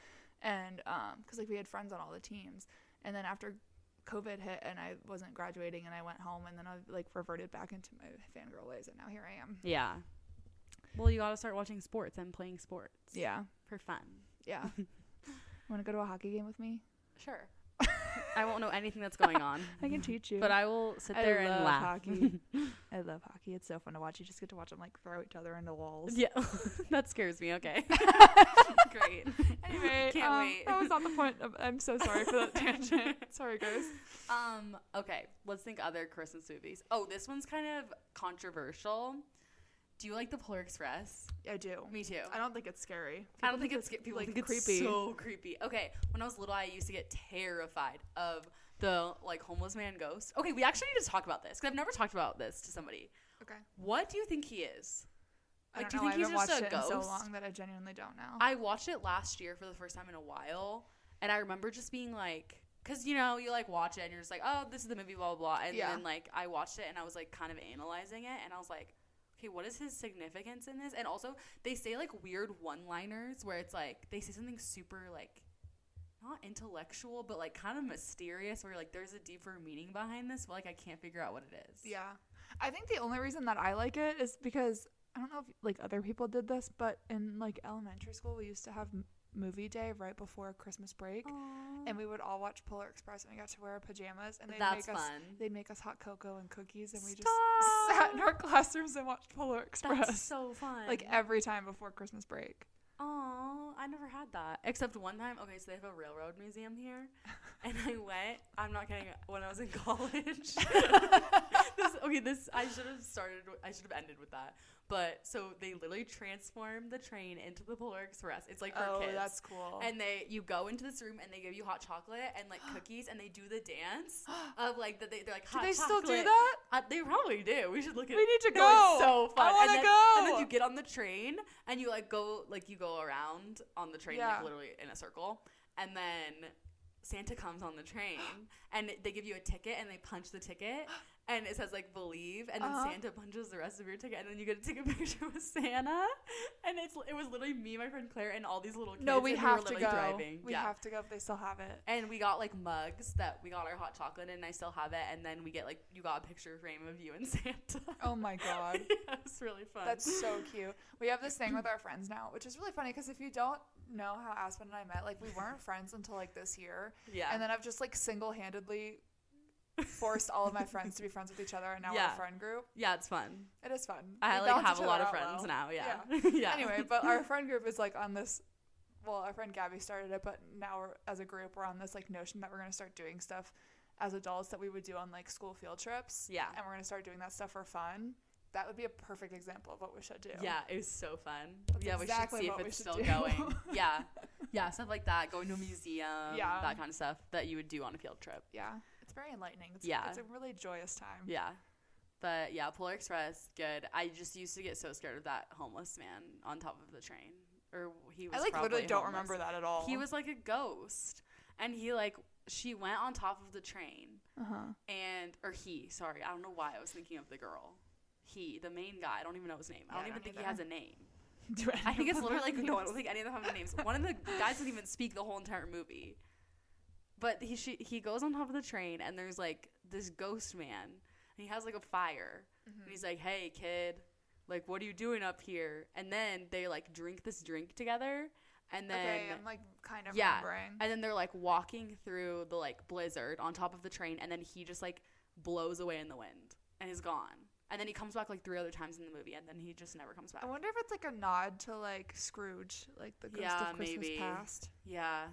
Speaker 1: and um because like we had friends on all the teams, and then after. COVID hit and I wasn't graduating and I went home and then I like reverted back into my fangirl ways and now here I am.
Speaker 2: Yeah. Well, you gotta start watching sports and playing sports
Speaker 1: Yeah.
Speaker 2: for fun.
Speaker 1: Yeah. Want to go to a hockey game with me?
Speaker 2: Sure. I won't know anything that's going on,
Speaker 1: I can teach you.
Speaker 2: but I will sit there and laugh.
Speaker 1: hockey. I love hockey. It's so fun to watch. You just get to watch them like throw each other into walls.
Speaker 2: Yeah, that scares me. Okay, great.
Speaker 1: Anyway,
Speaker 2: Can't
Speaker 1: um,
Speaker 2: wait.
Speaker 1: That was not the point. Of, I'm so sorry for that tangent. Sorry, guys.
Speaker 2: Um, okay, let's think other Christmas movies. Oh, this one's kind of controversial. Do you like The Polar Express?
Speaker 1: I do.
Speaker 2: Me too.
Speaker 1: I don't think it's scary.
Speaker 2: I don't think it's people
Speaker 1: like,
Speaker 2: think it's
Speaker 1: creepy.
Speaker 2: so creepy. Okay, when I was little, I used to get terrified of the like homeless man ghost. Okay, we actually need to talk about this because I've never talked about this to somebody.
Speaker 1: Okay.
Speaker 2: What do you think he is?
Speaker 1: I
Speaker 2: Like,
Speaker 1: don't
Speaker 2: do you
Speaker 1: know.
Speaker 2: think he's
Speaker 1: I haven't
Speaker 2: just
Speaker 1: watched
Speaker 2: a
Speaker 1: it in so
Speaker 2: ghost?
Speaker 1: long that I genuinely don't know.
Speaker 2: I watched it last year for the first time in a while, and I remember just being like, because you know, you like watch it and you're just like, oh, this is the movie, blah blah, blah. and
Speaker 1: Yeah.
Speaker 2: then like I watched it and I was like kind of analyzing it, and I was like, okay, what is his significance in this? And also, they say like weird one-liners where it's like they say something super like. Not intellectual, but like kind of mysterious, where you're like there's a deeper meaning behind this, but like I can't figure out what it is.
Speaker 1: Yeah. I think the only reason that I like it is because I don't know if like other people did this, but in like elementary school we used to have m- movie day right before Christmas break.
Speaker 2: Aw.
Speaker 1: and we would all watch Polar Express, and we got to wear our pajamas, and they'd
Speaker 2: That's
Speaker 1: make us
Speaker 2: fun.
Speaker 1: they'd make us hot cocoa and cookies, and we
Speaker 2: Stop.
Speaker 1: just sat in our classrooms and watched Polar Express
Speaker 2: That's so fun.
Speaker 1: like every time before Christmas break.
Speaker 2: Oh, I never had that. Except one time. Okay, so they have a railroad museum here. And I went, I'm not kidding, when I was in college. this, okay, this I should have started. with- I should have ended with that. But so they literally transform the train into the Polar Express. It's like for
Speaker 1: oh,
Speaker 2: kids.
Speaker 1: that's cool.
Speaker 2: and they you go into this room and they give you hot chocolate and like cookies and they do the dance of like that they, they're like
Speaker 1: do
Speaker 2: hot
Speaker 1: they still do
Speaker 2: chocolate."
Speaker 1: that?
Speaker 2: Uh, they probably do. We should look at.
Speaker 1: We need to
Speaker 2: No,
Speaker 1: go.
Speaker 2: it's so
Speaker 1: I
Speaker 2: fun.
Speaker 1: wanna
Speaker 2: and then, And
Speaker 1: go.
Speaker 2: then you get on the train and you like go like you go around on the train
Speaker 1: Yeah.
Speaker 2: like literally in a circle, and then Santa comes on the train and they give you a ticket and they punch the ticket. And it says like believe, and then
Speaker 1: Uh-huh.
Speaker 2: Santa punches the rest of your ticket, and then you get to take a picture with Santa. And it's it was literally me, my friend Claire, and all these little kids.
Speaker 1: No, we
Speaker 2: and
Speaker 1: have
Speaker 2: were
Speaker 1: to
Speaker 2: literally
Speaker 1: go.
Speaker 2: Driving.
Speaker 1: We
Speaker 2: yeah.
Speaker 1: have to go if they still have it.
Speaker 2: And we got like mugs that we got our hot chocolate in, and I still have it. And then we get like you got a picture frame of you and Santa.
Speaker 1: Oh my god.
Speaker 2: yeah, it was really fun.
Speaker 1: That's so cute. We have this thing with our friends now, which is really funny because if you don't know how Aspen and I met, like we weren't friends until like this year.
Speaker 2: yeah.
Speaker 1: And then I've just like single handedly forced all of my friends to be friends with each other and now we're
Speaker 2: Yeah.
Speaker 1: a friend group.
Speaker 2: yeah, it's fun.
Speaker 1: It is fun.
Speaker 2: I
Speaker 1: We
Speaker 2: like
Speaker 1: balance
Speaker 2: have
Speaker 1: each
Speaker 2: a
Speaker 1: other
Speaker 2: lot of
Speaker 1: out
Speaker 2: friends
Speaker 1: well.
Speaker 2: now. Yeah.
Speaker 1: Anyway, but our friend group is like on this well, our friend Gabby started it, but now we're as a group we're on this like notion that we're gonna start doing stuff as adults that we would do on like school field trips.
Speaker 2: Yeah.
Speaker 1: And we're gonna start doing that stuff for fun. That would be a perfect example of what we should do.
Speaker 2: Yeah, it was so fun.
Speaker 1: That's
Speaker 2: yeah,
Speaker 1: exactly
Speaker 2: we should see
Speaker 1: what
Speaker 2: if
Speaker 1: we
Speaker 2: it's
Speaker 1: should
Speaker 2: still
Speaker 1: do.
Speaker 2: going. yeah. Yeah, stuff like that, going to a museum,
Speaker 1: Yeah.
Speaker 2: that kind of stuff that you would do on a field trip.
Speaker 1: Yeah. It's very enlightening. It's,
Speaker 2: Yeah.
Speaker 1: It's a really joyous time.
Speaker 2: Yeah. But yeah, Polar Express, good. I just used to get so scared of that homeless man on top of the train. Or he was
Speaker 1: I like literally
Speaker 2: probably
Speaker 1: don't
Speaker 2: homeless.
Speaker 1: remember that at all.
Speaker 2: He was like a ghost. And he like she went on top of the train
Speaker 1: uh-huh.
Speaker 2: and or he, sorry, I don't know why I was thinking of the girl. He, the main guy, I don't even know his name.
Speaker 1: Yeah,
Speaker 2: I
Speaker 1: I
Speaker 2: don't even
Speaker 1: don't
Speaker 2: think
Speaker 1: either.
Speaker 2: he has a name.
Speaker 1: Do
Speaker 2: I think it's
Speaker 1: of
Speaker 2: literally like
Speaker 1: them
Speaker 2: no, I don't think any of them have any names. One of the guys didn't even speak the whole entire movie. But he she, he goes on top of the train and there's like this ghost man and he has like a fire
Speaker 1: Mm-hmm.
Speaker 2: and he's like, "Hey kid, like what are you doing up here?" And then they like drink this drink together and then
Speaker 1: okay, I'm like kind of
Speaker 2: Yeah.
Speaker 1: remembering.
Speaker 2: and then they're like walking through the like blizzard on top of the train, and then he just like blows away in the wind and is gone. And then he comes back like three other times in the movie, and then he just never comes back.
Speaker 1: I wonder if it's like a nod to like Scrooge, like the ghost
Speaker 2: Yeah,
Speaker 1: of Christmas
Speaker 2: maybe.
Speaker 1: past,
Speaker 2: Yeah,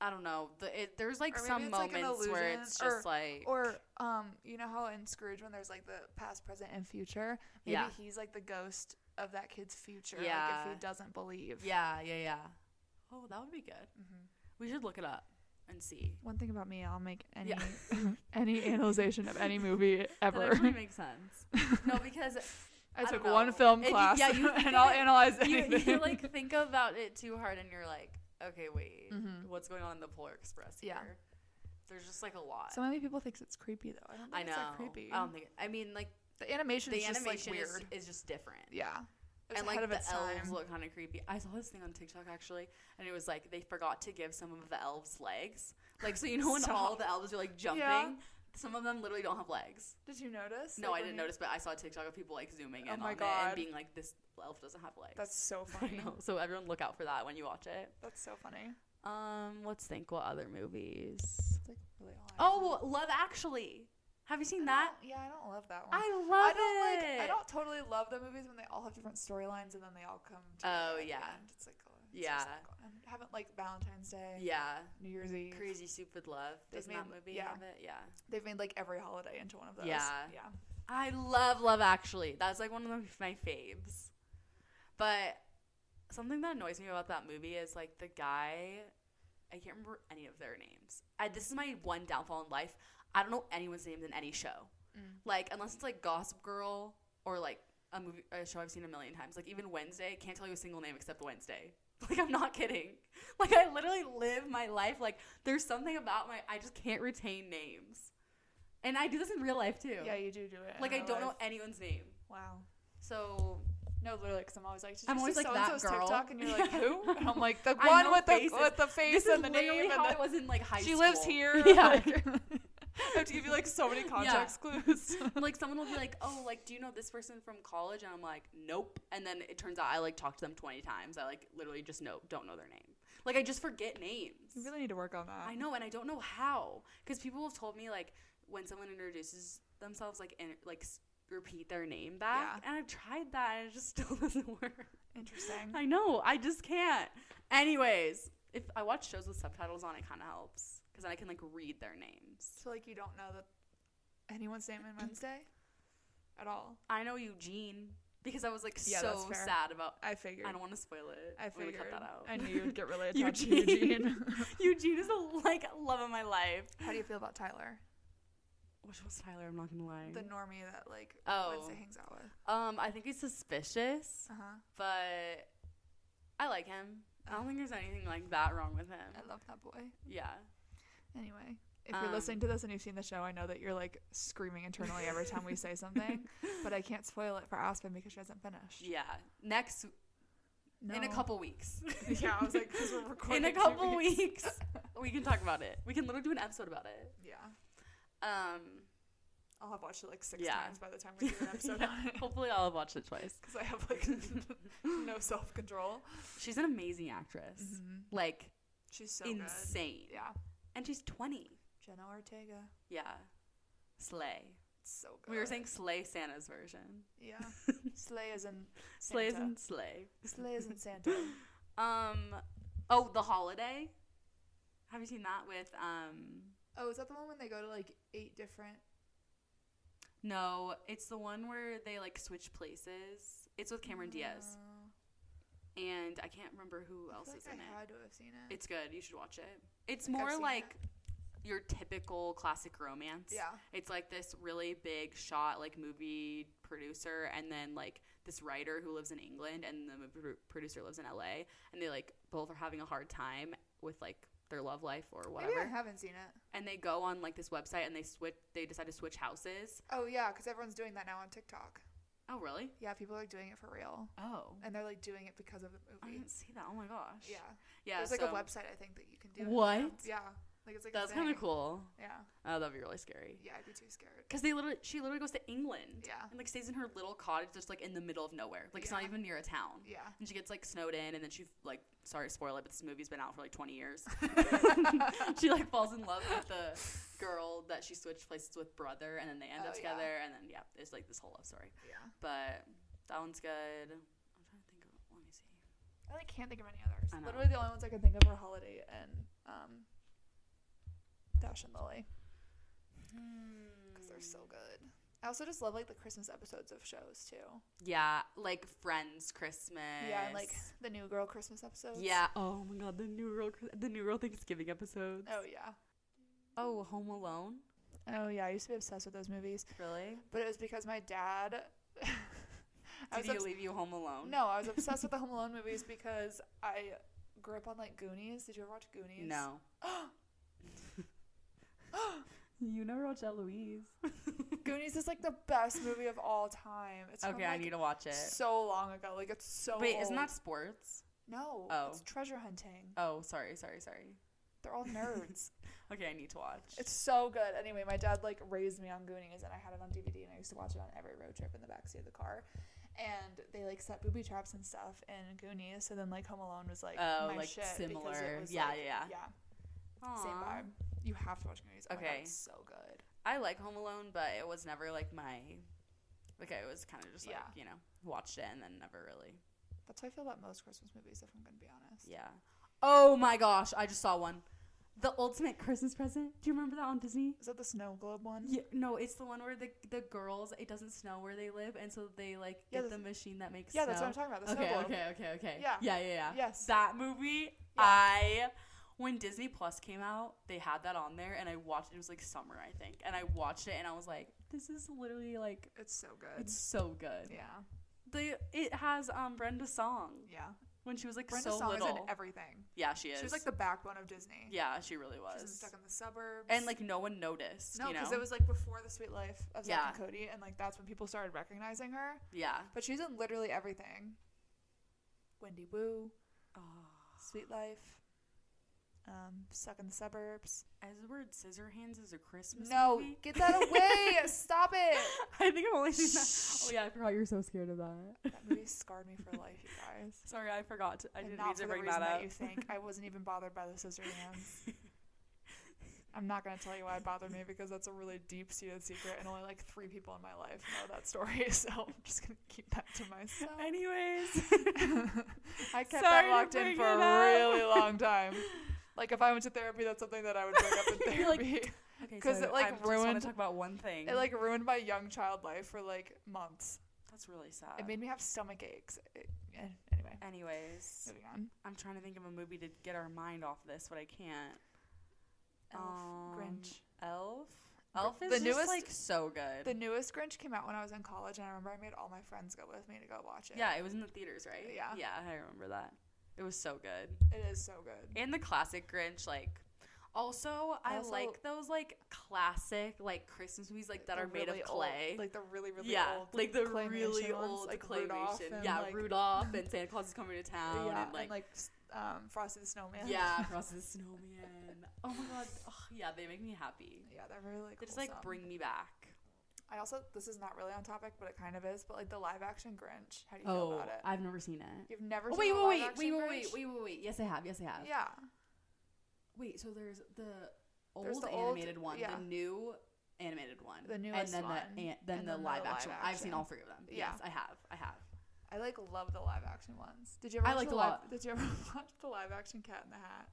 Speaker 2: I don't know. The, it, there's like
Speaker 1: Or maybe
Speaker 2: some
Speaker 1: it's, like, an
Speaker 2: moments where
Speaker 1: illusion,
Speaker 2: it's
Speaker 1: or-
Speaker 2: just like
Speaker 1: or um, you know how in Scrooge when there's like the past, present, and future, maybe
Speaker 2: Yeah.
Speaker 1: he's like the ghost of that kid's future, like if
Speaker 2: Yeah.
Speaker 1: he doesn't believe.
Speaker 2: yeah, yeah, yeah. Oh, that would be good.
Speaker 1: Mhm.
Speaker 2: We should look it up and see.
Speaker 1: One thing about me, I'll make any
Speaker 2: Yeah.
Speaker 1: any analyzation of any movie
Speaker 2: That
Speaker 1: ever.
Speaker 2: actually makes sense. No, because
Speaker 1: I,
Speaker 2: I don't
Speaker 1: took
Speaker 2: know.
Speaker 1: one film
Speaker 2: If you-
Speaker 1: class,
Speaker 2: yeah, you
Speaker 1: and
Speaker 2: think
Speaker 1: I'll
Speaker 2: it-
Speaker 1: analyze
Speaker 2: you,
Speaker 1: anything.
Speaker 2: you like think about it too hard and you're like, okay, wait,
Speaker 1: Mhm.
Speaker 2: what's going on in the Polar Express here?
Speaker 1: Yeah.
Speaker 2: There's just like a lot.
Speaker 1: so many people think it's creepy though. I don't think
Speaker 2: I know.
Speaker 1: it's that creepy.
Speaker 2: I don't think. I mean, like
Speaker 1: the animation
Speaker 2: the
Speaker 1: is
Speaker 2: animation
Speaker 1: just like weird.
Speaker 2: Is, is just different.
Speaker 1: yeah, It was
Speaker 2: and
Speaker 1: ahead
Speaker 2: like
Speaker 1: of
Speaker 2: the elves
Speaker 1: its time.
Speaker 2: look kind of creepy. I saw this thing on TikTok actually, and it was like they forgot to give some of the elves legs. Like so, you know when all
Speaker 1: Stop.
Speaker 2: the elves are like jumping, some of them literally don't have legs.
Speaker 1: Did you notice?
Speaker 2: No,
Speaker 1: Like, when
Speaker 2: I didn't
Speaker 1: you-
Speaker 2: notice, but I saw a TikTok of people like zooming
Speaker 1: Oh
Speaker 2: in
Speaker 1: my
Speaker 2: on it
Speaker 1: God.
Speaker 2: and being like, "This elf doesn't have legs."
Speaker 1: That's so
Speaker 2: I
Speaker 1: funny.
Speaker 2: know. So everyone look out for that when you watch it.
Speaker 1: That's so funny.
Speaker 2: Um, let's think. What other movies?
Speaker 1: It's like really
Speaker 2: Oh, Love Actually. Have you seen that?
Speaker 1: Yeah, I don't love that one.
Speaker 2: I
Speaker 1: I
Speaker 2: love
Speaker 1: don't
Speaker 2: it.
Speaker 1: like. I don't totally love the movies when they all have different storylines and then they all come. together
Speaker 2: Oh,
Speaker 1: at the
Speaker 2: yeah.
Speaker 1: end. It's like. oh, it's just
Speaker 2: Yeah.
Speaker 1: like, oh, I haven't like Valentine's Day.
Speaker 2: Yeah,
Speaker 1: New Year's Eve.
Speaker 2: Crazy Stupid Love.
Speaker 1: They've
Speaker 2: Doesn't that
Speaker 1: made-
Speaker 2: movie
Speaker 1: yeah.
Speaker 2: have it? Yeah.
Speaker 1: They've made like every holiday into one of those.
Speaker 2: Yeah.
Speaker 1: Yeah.
Speaker 2: I love Love Actually. That's like one of the- my faves. But something that annoys me about that movie is like the guy. I can't remember any of their names. I, this is my one downfall in life. I don't know anyone's names in any show.
Speaker 1: Mm.
Speaker 2: Like unless it's like Gossip Girl or like a movie, a show I've seen a million times. Like even Wednesday, I can't tell you a single name except Wednesday. Like I'm not kidding. Like I literally live my life. Like there's something about my. I just can't retain names. And I do this in real life too.
Speaker 1: Yeah, you do do it. in
Speaker 2: Like I
Speaker 1: real
Speaker 2: don't know
Speaker 1: life.
Speaker 2: anyone's name.
Speaker 1: Wow.
Speaker 2: So
Speaker 1: No, literally, because I'm always like, did
Speaker 2: I'm
Speaker 1: you
Speaker 2: always
Speaker 1: see
Speaker 2: like,
Speaker 1: so
Speaker 2: "That
Speaker 1: and so's
Speaker 2: girl."
Speaker 1: TikTok, and you're like, who? And I'm like, the
Speaker 2: I
Speaker 1: one
Speaker 2: know
Speaker 1: with the
Speaker 2: faces.
Speaker 1: with the
Speaker 2: this
Speaker 1: face
Speaker 2: is
Speaker 1: and the
Speaker 2: literally
Speaker 1: name.
Speaker 2: how
Speaker 1: and
Speaker 2: it was in like high
Speaker 1: the, she
Speaker 2: school.
Speaker 1: lives here.
Speaker 2: Yeah.
Speaker 1: like- I have to give you like so many context clues.
Speaker 2: like someone will be like, "Oh, like do you know this person from college?" And I'm like, "Nope." And then it turns out I like talked to them 20 times. I like literally just know don't know their name. Like I just forget names.
Speaker 1: You really need to work on that.
Speaker 2: I know, and I don't know how because people have told me like when someone introduces themselves, like in, like s- repeat their name back, and I've tried that, and it just still doesn't work.
Speaker 1: Interesting.
Speaker 2: I know. I just can't. Anyways, if I watch shows with subtitles on, it kind of helps because then I can like read their names.
Speaker 1: So like you don't know that anyone's name in Wednesday? at all.
Speaker 2: I know Eugene because I was like
Speaker 1: Yeah, that's
Speaker 2: so
Speaker 1: fair.
Speaker 2: sad about.
Speaker 1: I figured.
Speaker 2: I don't want to spoil it.
Speaker 1: I
Speaker 2: I'm gonna
Speaker 1: figured.
Speaker 2: cut that out.
Speaker 1: I knew you'd get really attached to
Speaker 2: Eugene.
Speaker 1: Eugene.
Speaker 2: Eugene is the like love of my life.
Speaker 1: How do you feel about Tyler,
Speaker 2: Which was Tyler? I'm not gonna lie.
Speaker 1: the normie that like
Speaker 2: Oh.
Speaker 1: Wednesday hangs out with?
Speaker 2: um, I think he's suspicious,
Speaker 1: Uh huh.
Speaker 2: but I like him. I don't think there's anything like that wrong with him.
Speaker 1: I love that boy.
Speaker 2: Yeah.
Speaker 1: Anyway, if you're
Speaker 2: Um,
Speaker 1: listening to this and you've seen the show, I know that you're like screaming internally every time we say something, but I can't spoil it for Aspen because she hasn't finished.
Speaker 2: Yeah. Next in a
Speaker 1: No.
Speaker 2: couple weeks.
Speaker 1: yeah, I was like, because we're recording
Speaker 2: in a
Speaker 1: two
Speaker 2: couple
Speaker 1: weeks.
Speaker 2: weeks, we can talk about it. We can literally do an episode about it.
Speaker 1: Yeah,
Speaker 2: Um,
Speaker 1: I'll have watched it like six
Speaker 2: Yeah.
Speaker 1: times by the time we do an episode
Speaker 2: yeah,
Speaker 1: on it
Speaker 2: hopefully, I'll have watched it twice.
Speaker 1: because I have like no self control.
Speaker 2: She's an amazing actress. Like
Speaker 1: She's so
Speaker 2: Mm-hmm. insane.
Speaker 1: good. Yeah,
Speaker 2: And she's 20.
Speaker 1: Jenna Ortega.
Speaker 2: Yeah. Slay.
Speaker 1: It's so good.
Speaker 2: We were saying Slay Santa's version.
Speaker 1: yeah, Slay is in
Speaker 2: Slay
Speaker 1: Santa.
Speaker 2: isn't Slay.
Speaker 1: Slay is in Santa.
Speaker 2: Um oh, The Holiday. Have you seen that with um
Speaker 1: Oh, is that the one when they go to like eight different?
Speaker 2: no, it's the one where they like switch places. It's with Cameron Diaz.
Speaker 1: No.
Speaker 2: And I can't remember who
Speaker 1: I
Speaker 2: else
Speaker 1: feel
Speaker 2: is
Speaker 1: like
Speaker 2: in
Speaker 1: I
Speaker 2: it.
Speaker 1: had to have seen it.
Speaker 2: It's good. You should watch it. It's
Speaker 1: think I've
Speaker 2: more
Speaker 1: seen
Speaker 2: like your typical classic romance.
Speaker 1: yeah.
Speaker 2: It's like this really big shot, like movie producer, and then like this writer who lives in England, and the movie pro- producer lives in LA, and they like both are having a hard time with like their love life or whatever.
Speaker 1: Maybe I haven't seen it.
Speaker 2: And they go on like this website and they switch. They decide to switch houses.
Speaker 1: Oh yeah, because everyone's doing that now on TikTok.
Speaker 2: Oh really?
Speaker 1: Yeah, people are like doing it for real,
Speaker 2: Oh,
Speaker 1: and they're like doing it because of the
Speaker 2: I
Speaker 1: movie.
Speaker 2: didn't see that. Oh my gosh.
Speaker 1: Yeah,
Speaker 2: yeah.
Speaker 1: there's like
Speaker 2: so
Speaker 1: a website I think that you can do. it now.
Speaker 2: What?
Speaker 1: Yeah, like it's like a
Speaker 2: That's kind
Speaker 1: thing.
Speaker 2: of cool.
Speaker 1: Yeah,
Speaker 2: Oh, that'd be really scary.
Speaker 1: yeah, I'd be too scared.
Speaker 2: Cause they literally, she literally goes to England.
Speaker 1: Yeah.
Speaker 2: And like stays in her little cottage, just like in the middle of nowhere. Like it's not
Speaker 1: Yeah.
Speaker 2: even near a town.
Speaker 1: Yeah,
Speaker 2: And she gets like snowed in, and then she like sorry to spoil it, but this movie's been out for like 20 years. she like falls in love with the girl that she switched places with brother, and then they end
Speaker 1: Oh,
Speaker 2: up
Speaker 1: yeah.
Speaker 2: together, and then yeah, there's like this whole love story.
Speaker 1: yeah.
Speaker 2: But that one's good. I'm trying to think of. Let me see.
Speaker 1: I like can't think of any others.
Speaker 2: I know.
Speaker 1: Literally, the only ones I can think of are Holiday and um, Dash and Lily because Hmm. they're so
Speaker 2: Mm.
Speaker 1: good. I also just love like the Christmas episodes of shows too.
Speaker 2: Yeah, like Friends, Christmas.
Speaker 1: Yeah, and, like the New Girl Christmas episodes.
Speaker 2: Yeah. Oh my God, the new girl, the new girl Thanksgiving episodes.
Speaker 1: Oh yeah.
Speaker 2: Oh, Home Alone.
Speaker 1: Oh yeah. I used to be obsessed with those movies.
Speaker 2: Really?
Speaker 1: but it was because my dad. I
Speaker 2: Did
Speaker 1: was
Speaker 2: he
Speaker 1: obs-
Speaker 2: leave you home alone?
Speaker 1: no, I was obsessed with the Home Alone movies because I grew up on like Goonies. Did you ever watch Goonies?
Speaker 2: No. you never watched Eloise.
Speaker 1: Goonies is like the best movie of all time. It's from,
Speaker 2: Okay, I
Speaker 1: like,
Speaker 2: need to watch it.
Speaker 1: so long ago. Like it's so.
Speaker 2: Wait, isn't
Speaker 1: old.
Speaker 2: that sports?
Speaker 1: No,
Speaker 2: Oh.
Speaker 1: it's treasure hunting.
Speaker 2: Oh, sorry, sorry, sorry.
Speaker 1: They're all nerds.
Speaker 2: Okay, I need to watch.
Speaker 1: it's so good. Anyway, my dad like raised me on Goonies, and I had it on DVD, and I used to watch it on every road trip in the backseat of the car. And they like set booby traps and stuff in Goonies. So then like Home Alone was like
Speaker 2: Oh,
Speaker 1: my
Speaker 2: like,
Speaker 1: shit because it
Speaker 2: similar.
Speaker 1: was,
Speaker 2: Yeah,
Speaker 1: like,
Speaker 2: yeah, yeah.
Speaker 1: yeah.
Speaker 2: Aw.
Speaker 1: Same vibe. You have to watch Goonies. Oh My
Speaker 2: Okay.
Speaker 1: God, it's so good.
Speaker 2: I like Home Alone, but it was never like my. Like I was kind of just like
Speaker 1: Yeah.
Speaker 2: you know watched it and then never really
Speaker 1: That's how I feel about most Christmas movies, if I'm going to be honest.
Speaker 2: yeah. Oh my gosh, I just saw one. The ultimate Christmas present. Do you remember that on Disney?
Speaker 1: Is that the snow globe one?
Speaker 2: Yeah, no, it's the one where the the girls it doesn't snow where they live, and so they like
Speaker 1: Yeah,
Speaker 2: get the
Speaker 1: that's-
Speaker 2: machine that makes
Speaker 1: Yeah,
Speaker 2: snow.
Speaker 1: that's what I'm talking about. The
Speaker 2: okay,
Speaker 1: snow globe.
Speaker 2: okay, okay, okay.
Speaker 1: Yeah.
Speaker 2: yeah, yeah, yeah.
Speaker 1: Yes.
Speaker 2: That movie, I when Disney Plus came out, they had that on there, and I watched. It was like summer, I think, and I watched it, and I was like, this is literally like
Speaker 1: It's so good.
Speaker 2: it's so good.
Speaker 1: yeah.
Speaker 2: The it has um Brenda Song
Speaker 1: Yeah.
Speaker 2: when she was like
Speaker 1: Brenda
Speaker 2: so
Speaker 1: Song
Speaker 2: little.
Speaker 1: is in everything.
Speaker 2: yeah, she is.
Speaker 1: She was like the backbone of Disney.
Speaker 2: yeah, she really
Speaker 1: She was
Speaker 2: was.
Speaker 1: stuck in the suburbs.
Speaker 2: And like no one noticed.
Speaker 1: No,
Speaker 2: you know?
Speaker 1: because it was like before the sweet life of Zack
Speaker 2: Yeah.
Speaker 1: and Cody, and like that's when people started recognizing her.
Speaker 2: yeah.
Speaker 1: But she's in literally everything. Wendy Woo,
Speaker 2: Oh.
Speaker 1: Sweet Life, um, Stuck in the Suburbs.
Speaker 2: Edward Scissorhands is a Christmas
Speaker 1: No,
Speaker 2: movie.
Speaker 1: get that away! Stop it!
Speaker 2: I think I've only seen that. Oh yeah, I forgot you were so scared of that.
Speaker 1: That movie scarred me for life, you guys.
Speaker 2: Sorry, I forgot. I
Speaker 1: and
Speaker 2: didn't
Speaker 1: not
Speaker 2: need
Speaker 1: for
Speaker 2: to
Speaker 1: the
Speaker 2: bring
Speaker 1: reason
Speaker 2: that
Speaker 1: that
Speaker 2: up.
Speaker 1: you think. I wasn't even bothered by the scissor hands. I'm not gonna tell you why it bothered me because that's a really deep-seated secret, and only like three people in my life know that story. So I'm just gonna keep that to myself.
Speaker 2: Anyways,
Speaker 1: I kept
Speaker 2: Sorry
Speaker 1: that
Speaker 2: to
Speaker 1: locked in
Speaker 2: bring
Speaker 1: for a
Speaker 2: it up.
Speaker 1: really long time. Like if I went to therapy, that's something that I would bring up in
Speaker 2: You're like,
Speaker 1: therapy.
Speaker 2: Okay,
Speaker 1: 'Cause it, like,
Speaker 2: I just want
Speaker 1: ruined-
Speaker 2: to talk about one thing.
Speaker 1: it like ruined my young child life for like months.
Speaker 2: that's really sad.
Speaker 1: It made me have stomach aches. It- eh, anyway,
Speaker 2: Uh. Anyways,
Speaker 1: moving on.
Speaker 2: I'm trying to think of a movie to get our mind off this, but I can't.
Speaker 1: Elf,
Speaker 2: Um,
Speaker 1: Grinch.
Speaker 2: Elf. Elf is
Speaker 1: The
Speaker 2: just
Speaker 1: newest-
Speaker 2: like so good.
Speaker 1: The newest Grinch came out when I was in college, and I remember I made all my friends go with me to go watch it.
Speaker 2: yeah, it was in the theaters, right?
Speaker 1: Yeah.
Speaker 2: Yeah, I remember that. It was so good.
Speaker 1: it is so good.
Speaker 2: And the classic Grinch, like. Also, I
Speaker 1: Also-
Speaker 2: like those like classic like Christmas movies like that
Speaker 1: The
Speaker 2: are made
Speaker 1: really
Speaker 2: of clay.
Speaker 1: old, like the really really
Speaker 2: yeah,
Speaker 1: old,
Speaker 2: like the
Speaker 1: claymation
Speaker 2: really
Speaker 1: ones,
Speaker 2: old
Speaker 1: like
Speaker 2: claymation.
Speaker 1: Rudolph and,
Speaker 2: yeah,
Speaker 1: like-
Speaker 2: Rudolph and Santa Claus is coming to town.
Speaker 1: yeah,
Speaker 2: Um, and, like,
Speaker 1: s- um, Frosty the Snowman.
Speaker 2: yeah, Frosty the Snowman. Oh my god. Ugh, yeah, they make me happy.
Speaker 1: yeah, they're really.
Speaker 2: They just like
Speaker 1: wholesome.
Speaker 2: bring me back.
Speaker 1: I also this is not really on topic, but it kind of is. But like the live action Grinch, how do you feel about it?
Speaker 2: I've never seen it.
Speaker 1: You've never
Speaker 2: Oh,
Speaker 1: seen the
Speaker 2: wait, wait, wait,
Speaker 1: live action
Speaker 2: wait, wait,
Speaker 1: Grinch?
Speaker 2: wait, wait, wait, wait. Yes, I have. Yes, I have.
Speaker 1: Yeah,
Speaker 2: Wait, so there's the old
Speaker 1: There's the old-
Speaker 2: animated one,
Speaker 1: yeah.
Speaker 2: the new animated one,
Speaker 1: The
Speaker 2: and
Speaker 1: newest
Speaker 2: then
Speaker 1: one,
Speaker 2: the an, then
Speaker 1: and
Speaker 2: the
Speaker 1: then the
Speaker 2: live
Speaker 1: live
Speaker 2: action. I've seen
Speaker 1: action.
Speaker 2: all three of them.
Speaker 1: Yeah.
Speaker 2: Yes, I have. I have.
Speaker 1: I like love the live action ones. Did you ever?
Speaker 2: I
Speaker 1: watch
Speaker 2: liked
Speaker 1: the
Speaker 2: a
Speaker 1: live,
Speaker 2: lot.
Speaker 1: Did you ever watch the live action Cat in the Hat?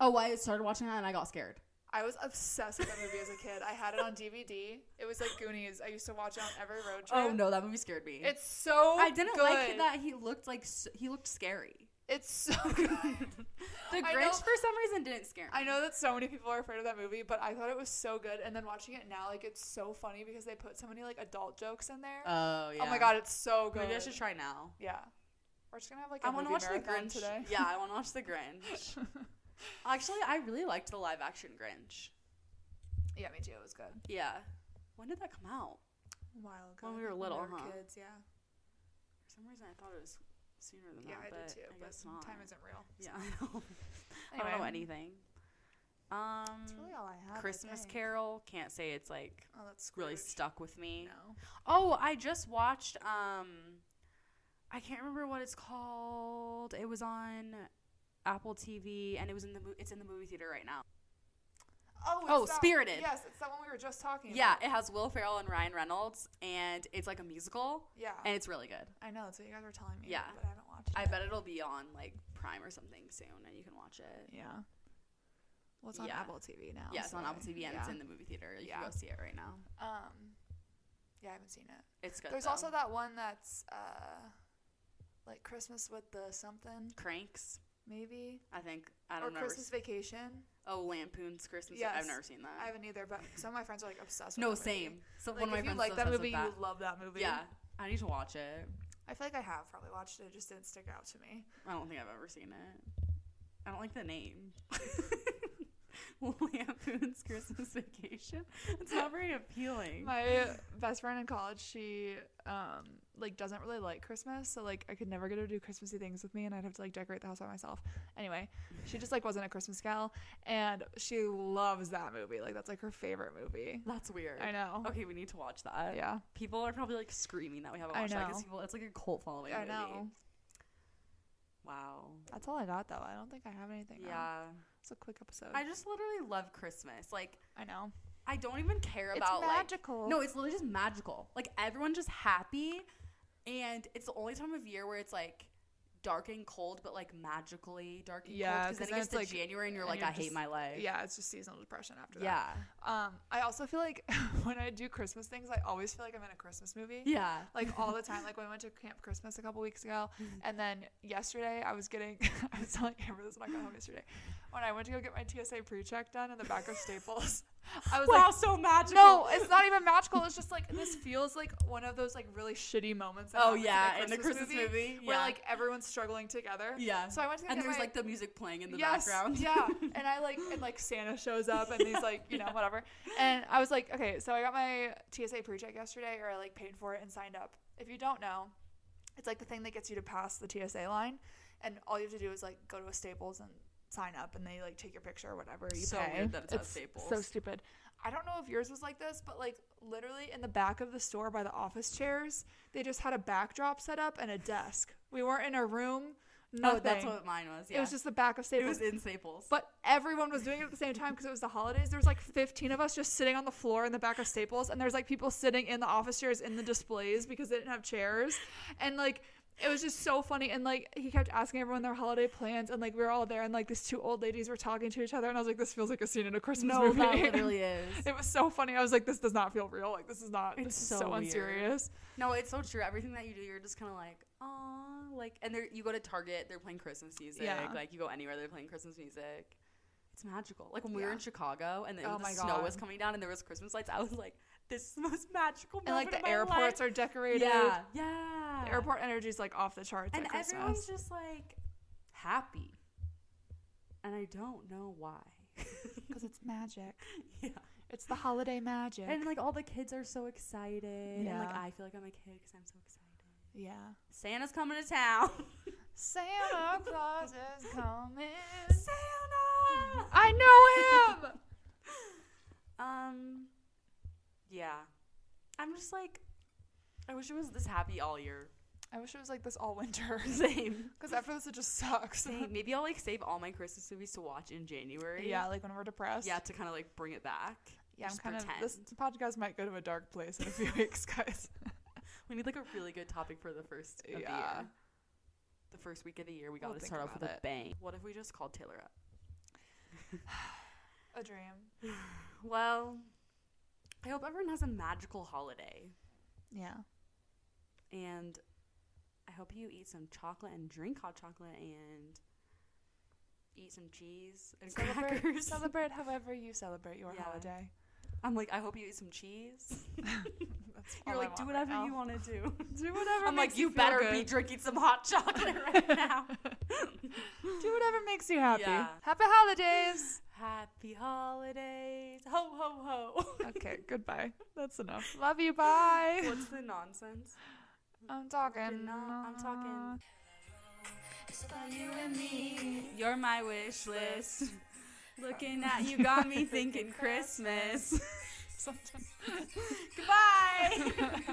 Speaker 2: Oh, I started watching that and I got scared.
Speaker 1: I was obsessed with that movie as a kid. I had it on DVD. It was like Goonies. I used to watch it on every road trip.
Speaker 2: Oh no, that movie scared me.
Speaker 1: It's so
Speaker 2: I didn't
Speaker 1: good.
Speaker 2: like that he looked like s- he looked scary.
Speaker 1: It's so good.
Speaker 2: The
Speaker 1: I
Speaker 2: Grinch
Speaker 1: know-
Speaker 2: for some reason didn't scare me.
Speaker 1: I know that so many people are afraid of that movie, but I thought it was so good. And then watching it now, like it's so funny because they put so many like adult jokes in there.
Speaker 2: Oh yeah.
Speaker 1: Oh my god, it's so good.
Speaker 2: Maybe I should try now.
Speaker 1: Yeah, we're just gonna have like
Speaker 2: I
Speaker 1: a
Speaker 2: want
Speaker 1: movie
Speaker 2: to watch the
Speaker 1: marathon
Speaker 2: Grinch
Speaker 1: today.
Speaker 2: Yeah, I want to watch the Grinch. Actually, I really liked the live action Grinch.
Speaker 1: yeah, me too. It was good.
Speaker 2: Yeah. When did that come out?
Speaker 1: A while ago.
Speaker 2: When we were little, huh?
Speaker 1: kids, yeah.
Speaker 2: For some reason, I thought it was sooner than
Speaker 1: Yeah,
Speaker 2: that.
Speaker 1: I
Speaker 2: but
Speaker 1: did too.
Speaker 2: I
Speaker 1: but
Speaker 2: guess not.
Speaker 1: time isn't real.
Speaker 2: Yeah, I know. I don't know
Speaker 1: Anyway,
Speaker 2: anything. Um,
Speaker 1: That's really all I have. I
Speaker 2: Christmas
Speaker 1: think.
Speaker 2: Carol. Can't say it's like
Speaker 1: Oh, that's
Speaker 2: really
Speaker 1: Scrooge.
Speaker 2: stuck with me.
Speaker 1: No.
Speaker 2: Oh, I just watched um I can't remember what it's called. It was on Apple TV and it was in the mo- it's in the movie theater right now.
Speaker 1: Oh,
Speaker 2: Oh,
Speaker 1: it's that-
Speaker 2: Spirited.
Speaker 1: Yes, it's that one we were just talking.
Speaker 2: Yeah,
Speaker 1: about.
Speaker 2: it has Will Ferrell and Ryan Reynolds and it's like a musical
Speaker 1: Yeah.
Speaker 2: and it's really good.
Speaker 1: I know that's what you guys were telling me.
Speaker 2: Yeah.
Speaker 1: But I haven't watched.
Speaker 2: I
Speaker 1: it.
Speaker 2: bet it'll be on like Prime or something soon and you can watch it.
Speaker 1: Yeah. Well, it's on
Speaker 2: Yeah.
Speaker 1: Apple TV now.
Speaker 2: Yeah, it's on
Speaker 1: so
Speaker 2: Apple TV and it's
Speaker 1: yeah.
Speaker 2: in the movie theater. You
Speaker 1: Yeah.
Speaker 2: can go see it right now.
Speaker 1: Um, yeah, I haven't seen it.
Speaker 2: It's good.
Speaker 1: There's
Speaker 2: though.
Speaker 1: also that one that's uh, like Christmas with the something
Speaker 2: Cranks,
Speaker 1: maybe,
Speaker 2: I think. I
Speaker 1: or
Speaker 2: don't know.
Speaker 1: Christmas Vacation.
Speaker 2: Oh, Lampoon's Christmas.
Speaker 1: Yes.
Speaker 2: I've never seen that.
Speaker 1: I haven't either, but some of my friends are like obsessed. with
Speaker 2: no,
Speaker 1: that movie.
Speaker 2: same. So
Speaker 1: Like,
Speaker 2: one of my
Speaker 1: if you
Speaker 2: friends is
Speaker 1: like that
Speaker 2: obsessed with
Speaker 1: movie, you love that movie.
Speaker 2: Yeah, I need to watch it.
Speaker 1: I feel like I have probably watched it. It just didn't stick out to me.
Speaker 2: I don't think I've ever seen it. I don't like the name. Lampoon's Christmas Vacation. It's not very appealing.
Speaker 1: My best friend in college, she um like doesn't really like Christmas, so like I could never get her to do Christmassy things with me, and I'd have to like decorate the house by myself. Anyway, she just like wasn't a Christmas gal, and she loves that movie. Like that's like her favorite movie.
Speaker 2: That's weird.
Speaker 1: I know.
Speaker 2: Okay, we need to watch that.
Speaker 1: Yeah,
Speaker 2: People are probably like screaming that we haven't
Speaker 1: I
Speaker 2: watched that because
Speaker 1: know.
Speaker 2: people. It's like a cult following.
Speaker 1: I
Speaker 2: movie.
Speaker 1: know.
Speaker 2: Wow.
Speaker 1: That's all I got though. I don't think I have anything. now.
Speaker 2: Yeah.
Speaker 1: it's a quick episode.
Speaker 2: I just literally love Christmas. Like
Speaker 1: I know.
Speaker 2: I don't even care
Speaker 1: it's
Speaker 2: about like
Speaker 1: magical.
Speaker 2: No, it's literally just magical. Like everyone's just happy, and it's the only time of year where it's like dark and cold, but like magically dark and
Speaker 1: Yeah,
Speaker 2: cold.
Speaker 1: 'cause
Speaker 2: Because then
Speaker 1: then
Speaker 2: it gets
Speaker 1: it's
Speaker 2: to
Speaker 1: like-
Speaker 2: January, and you're
Speaker 1: and
Speaker 2: like,
Speaker 1: you're
Speaker 2: I hate
Speaker 1: just-
Speaker 2: my life.
Speaker 1: yeah, it's just seasonal depression after that.
Speaker 2: yeah,
Speaker 1: Um, I also feel like when I do Christmas things, I always feel like I'm in a Christmas movie.
Speaker 2: yeah.
Speaker 1: like all the time. Like when we went to Camp Christmas a couple weeks ago,
Speaker 2: Mm-hmm.
Speaker 1: and then yesterday I was getting, I was telling Amber this when I got home yesterday, when I went to go get my TSA pre-check done in the back of Staples, I was
Speaker 2: wow,
Speaker 1: like.
Speaker 2: so magical.
Speaker 1: No, it's not even magical. It's just like this feels like one of those like really shitty moments. that
Speaker 2: Oh
Speaker 1: happens
Speaker 2: yeah, in the Christmas movie,
Speaker 1: where
Speaker 2: yeah.
Speaker 1: like everyone's struggling together.
Speaker 2: yeah.
Speaker 1: So I went to go
Speaker 2: and
Speaker 1: get
Speaker 2: there's
Speaker 1: my-
Speaker 2: like the music playing in the
Speaker 1: yes,
Speaker 2: background.
Speaker 1: yeah. And I like and like Santa shows up and he's like, you know, whatever. And I was like, okay, so I got my TSA pre-check yesterday or I like paid for it and signed up. If you don't know, it's like the thing that gets you to pass the TSA line and all you have to do is like go to a Staples and sign up and they like take your picture or whatever you
Speaker 2: So
Speaker 1: pay.
Speaker 2: weird that it's at Staples.
Speaker 1: So stupid. I don't know if yours was like this, but like literally in the back of the store by the office chairs, they just had a backdrop set up and a desk. We weren't in a room.
Speaker 2: oh,
Speaker 1: Nothing.
Speaker 2: that's what mine was. Yeah.
Speaker 1: It was just the back of Staples.
Speaker 2: it was in Staples.
Speaker 1: But everyone was doing it at the same time because it was the holidays. There was like 15 of us just sitting on the floor in the back of Staples, and there's like people sitting in the office chairs in the displays because they didn't have chairs, and like it was just so funny. And like he kept asking everyone their holiday plans, and like we were all there, and like these two old ladies were talking to each other, and I was like, this feels like a scene in a Christmas
Speaker 2: No,
Speaker 1: movie.
Speaker 2: that literally is.
Speaker 1: it was so funny. I was like, this does not feel real. Like this is not.
Speaker 2: It's
Speaker 1: this is
Speaker 2: so
Speaker 1: so
Speaker 2: weird.
Speaker 1: unserious.
Speaker 2: No, it's so true. Everything that you do, you're just kind of like, oh, like, and they're, you go to Target, they're playing Christmas music.
Speaker 1: Yeah.
Speaker 2: Like, you go anywhere, they're playing Christmas music. It's magical. Like when we were
Speaker 1: Yeah.
Speaker 2: in Chicago, and then
Speaker 1: Oh
Speaker 2: the
Speaker 1: my
Speaker 2: snow was
Speaker 1: God.
Speaker 2: coming down, and there was Christmas lights. I was like, this is the most magical.
Speaker 1: And like
Speaker 2: moment of
Speaker 1: the
Speaker 2: my
Speaker 1: airports
Speaker 2: life.
Speaker 1: are decorated.
Speaker 2: yeah, yeah.
Speaker 1: The airport energy is like off the charts.
Speaker 2: and
Speaker 1: at Christmas.
Speaker 2: everyone's just like happy, and I don't know why.
Speaker 1: because it's magic.
Speaker 2: yeah.
Speaker 1: It's the holiday magic.
Speaker 2: And like all the kids are so excited, and like
Speaker 1: Yeah.
Speaker 2: I feel like I'm a kid because I'm so excited.
Speaker 1: yeah.
Speaker 2: Santa's coming to town.
Speaker 1: Santa Claus is coming.
Speaker 2: Santa.
Speaker 1: I know him.
Speaker 2: Um. Yeah. I'm just like, I wish it was this happy all year.
Speaker 1: I wish it was like this all winter.
Speaker 2: Same.
Speaker 1: Because after this, it just sucks.
Speaker 2: Same. Maybe I'll like save all my Christmas movies to watch in January.
Speaker 1: Yeah, like when we're depressed.
Speaker 2: Yeah, to kind of like bring it back.
Speaker 1: Yeah, I'm
Speaker 2: just
Speaker 1: kind of. This podcast might go to a dark place in a few weeks, guys.
Speaker 2: We need like a really good topic for the first of the
Speaker 1: Yeah.
Speaker 2: year. The first week of the year, we got
Speaker 1: We'll
Speaker 2: to
Speaker 1: think
Speaker 2: start off with
Speaker 1: about
Speaker 2: a
Speaker 1: it.
Speaker 2: bang. What if we just called Taylor up?
Speaker 1: A dream.
Speaker 2: Well, I hope everyone has a magical holiday,
Speaker 1: Yeah.
Speaker 2: and I hope you eat some chocolate and drink hot chocolate and eat some cheese and
Speaker 1: Celebrate,
Speaker 2: crackers.
Speaker 1: celebrate however you celebrate your
Speaker 2: Yeah.
Speaker 1: holiday.
Speaker 2: I'm like, I hope you eat some cheese.
Speaker 1: That's
Speaker 2: You're
Speaker 1: all I
Speaker 2: like, do
Speaker 1: want
Speaker 2: whatever
Speaker 1: right
Speaker 2: you
Speaker 1: now.
Speaker 2: want to do.
Speaker 1: Do whatever.
Speaker 2: I'm like,
Speaker 1: makes
Speaker 2: you
Speaker 1: feel
Speaker 2: better be
Speaker 1: good.
Speaker 2: drinking some hot chocolate right now.
Speaker 1: Do whatever makes you happy.
Speaker 2: Yeah.
Speaker 1: Happy holidays.
Speaker 2: Happy holidays. Ho, ho, ho.
Speaker 1: okay, goodbye. That's enough. Love you. Bye.
Speaker 2: What's the nonsense?
Speaker 1: I'm talking.
Speaker 2: No, I'm talking.
Speaker 3: It's about you and me.
Speaker 2: You're my wish list. Looking at you got me thinking Christmas.
Speaker 1: Sometimes.
Speaker 2: Goodbye.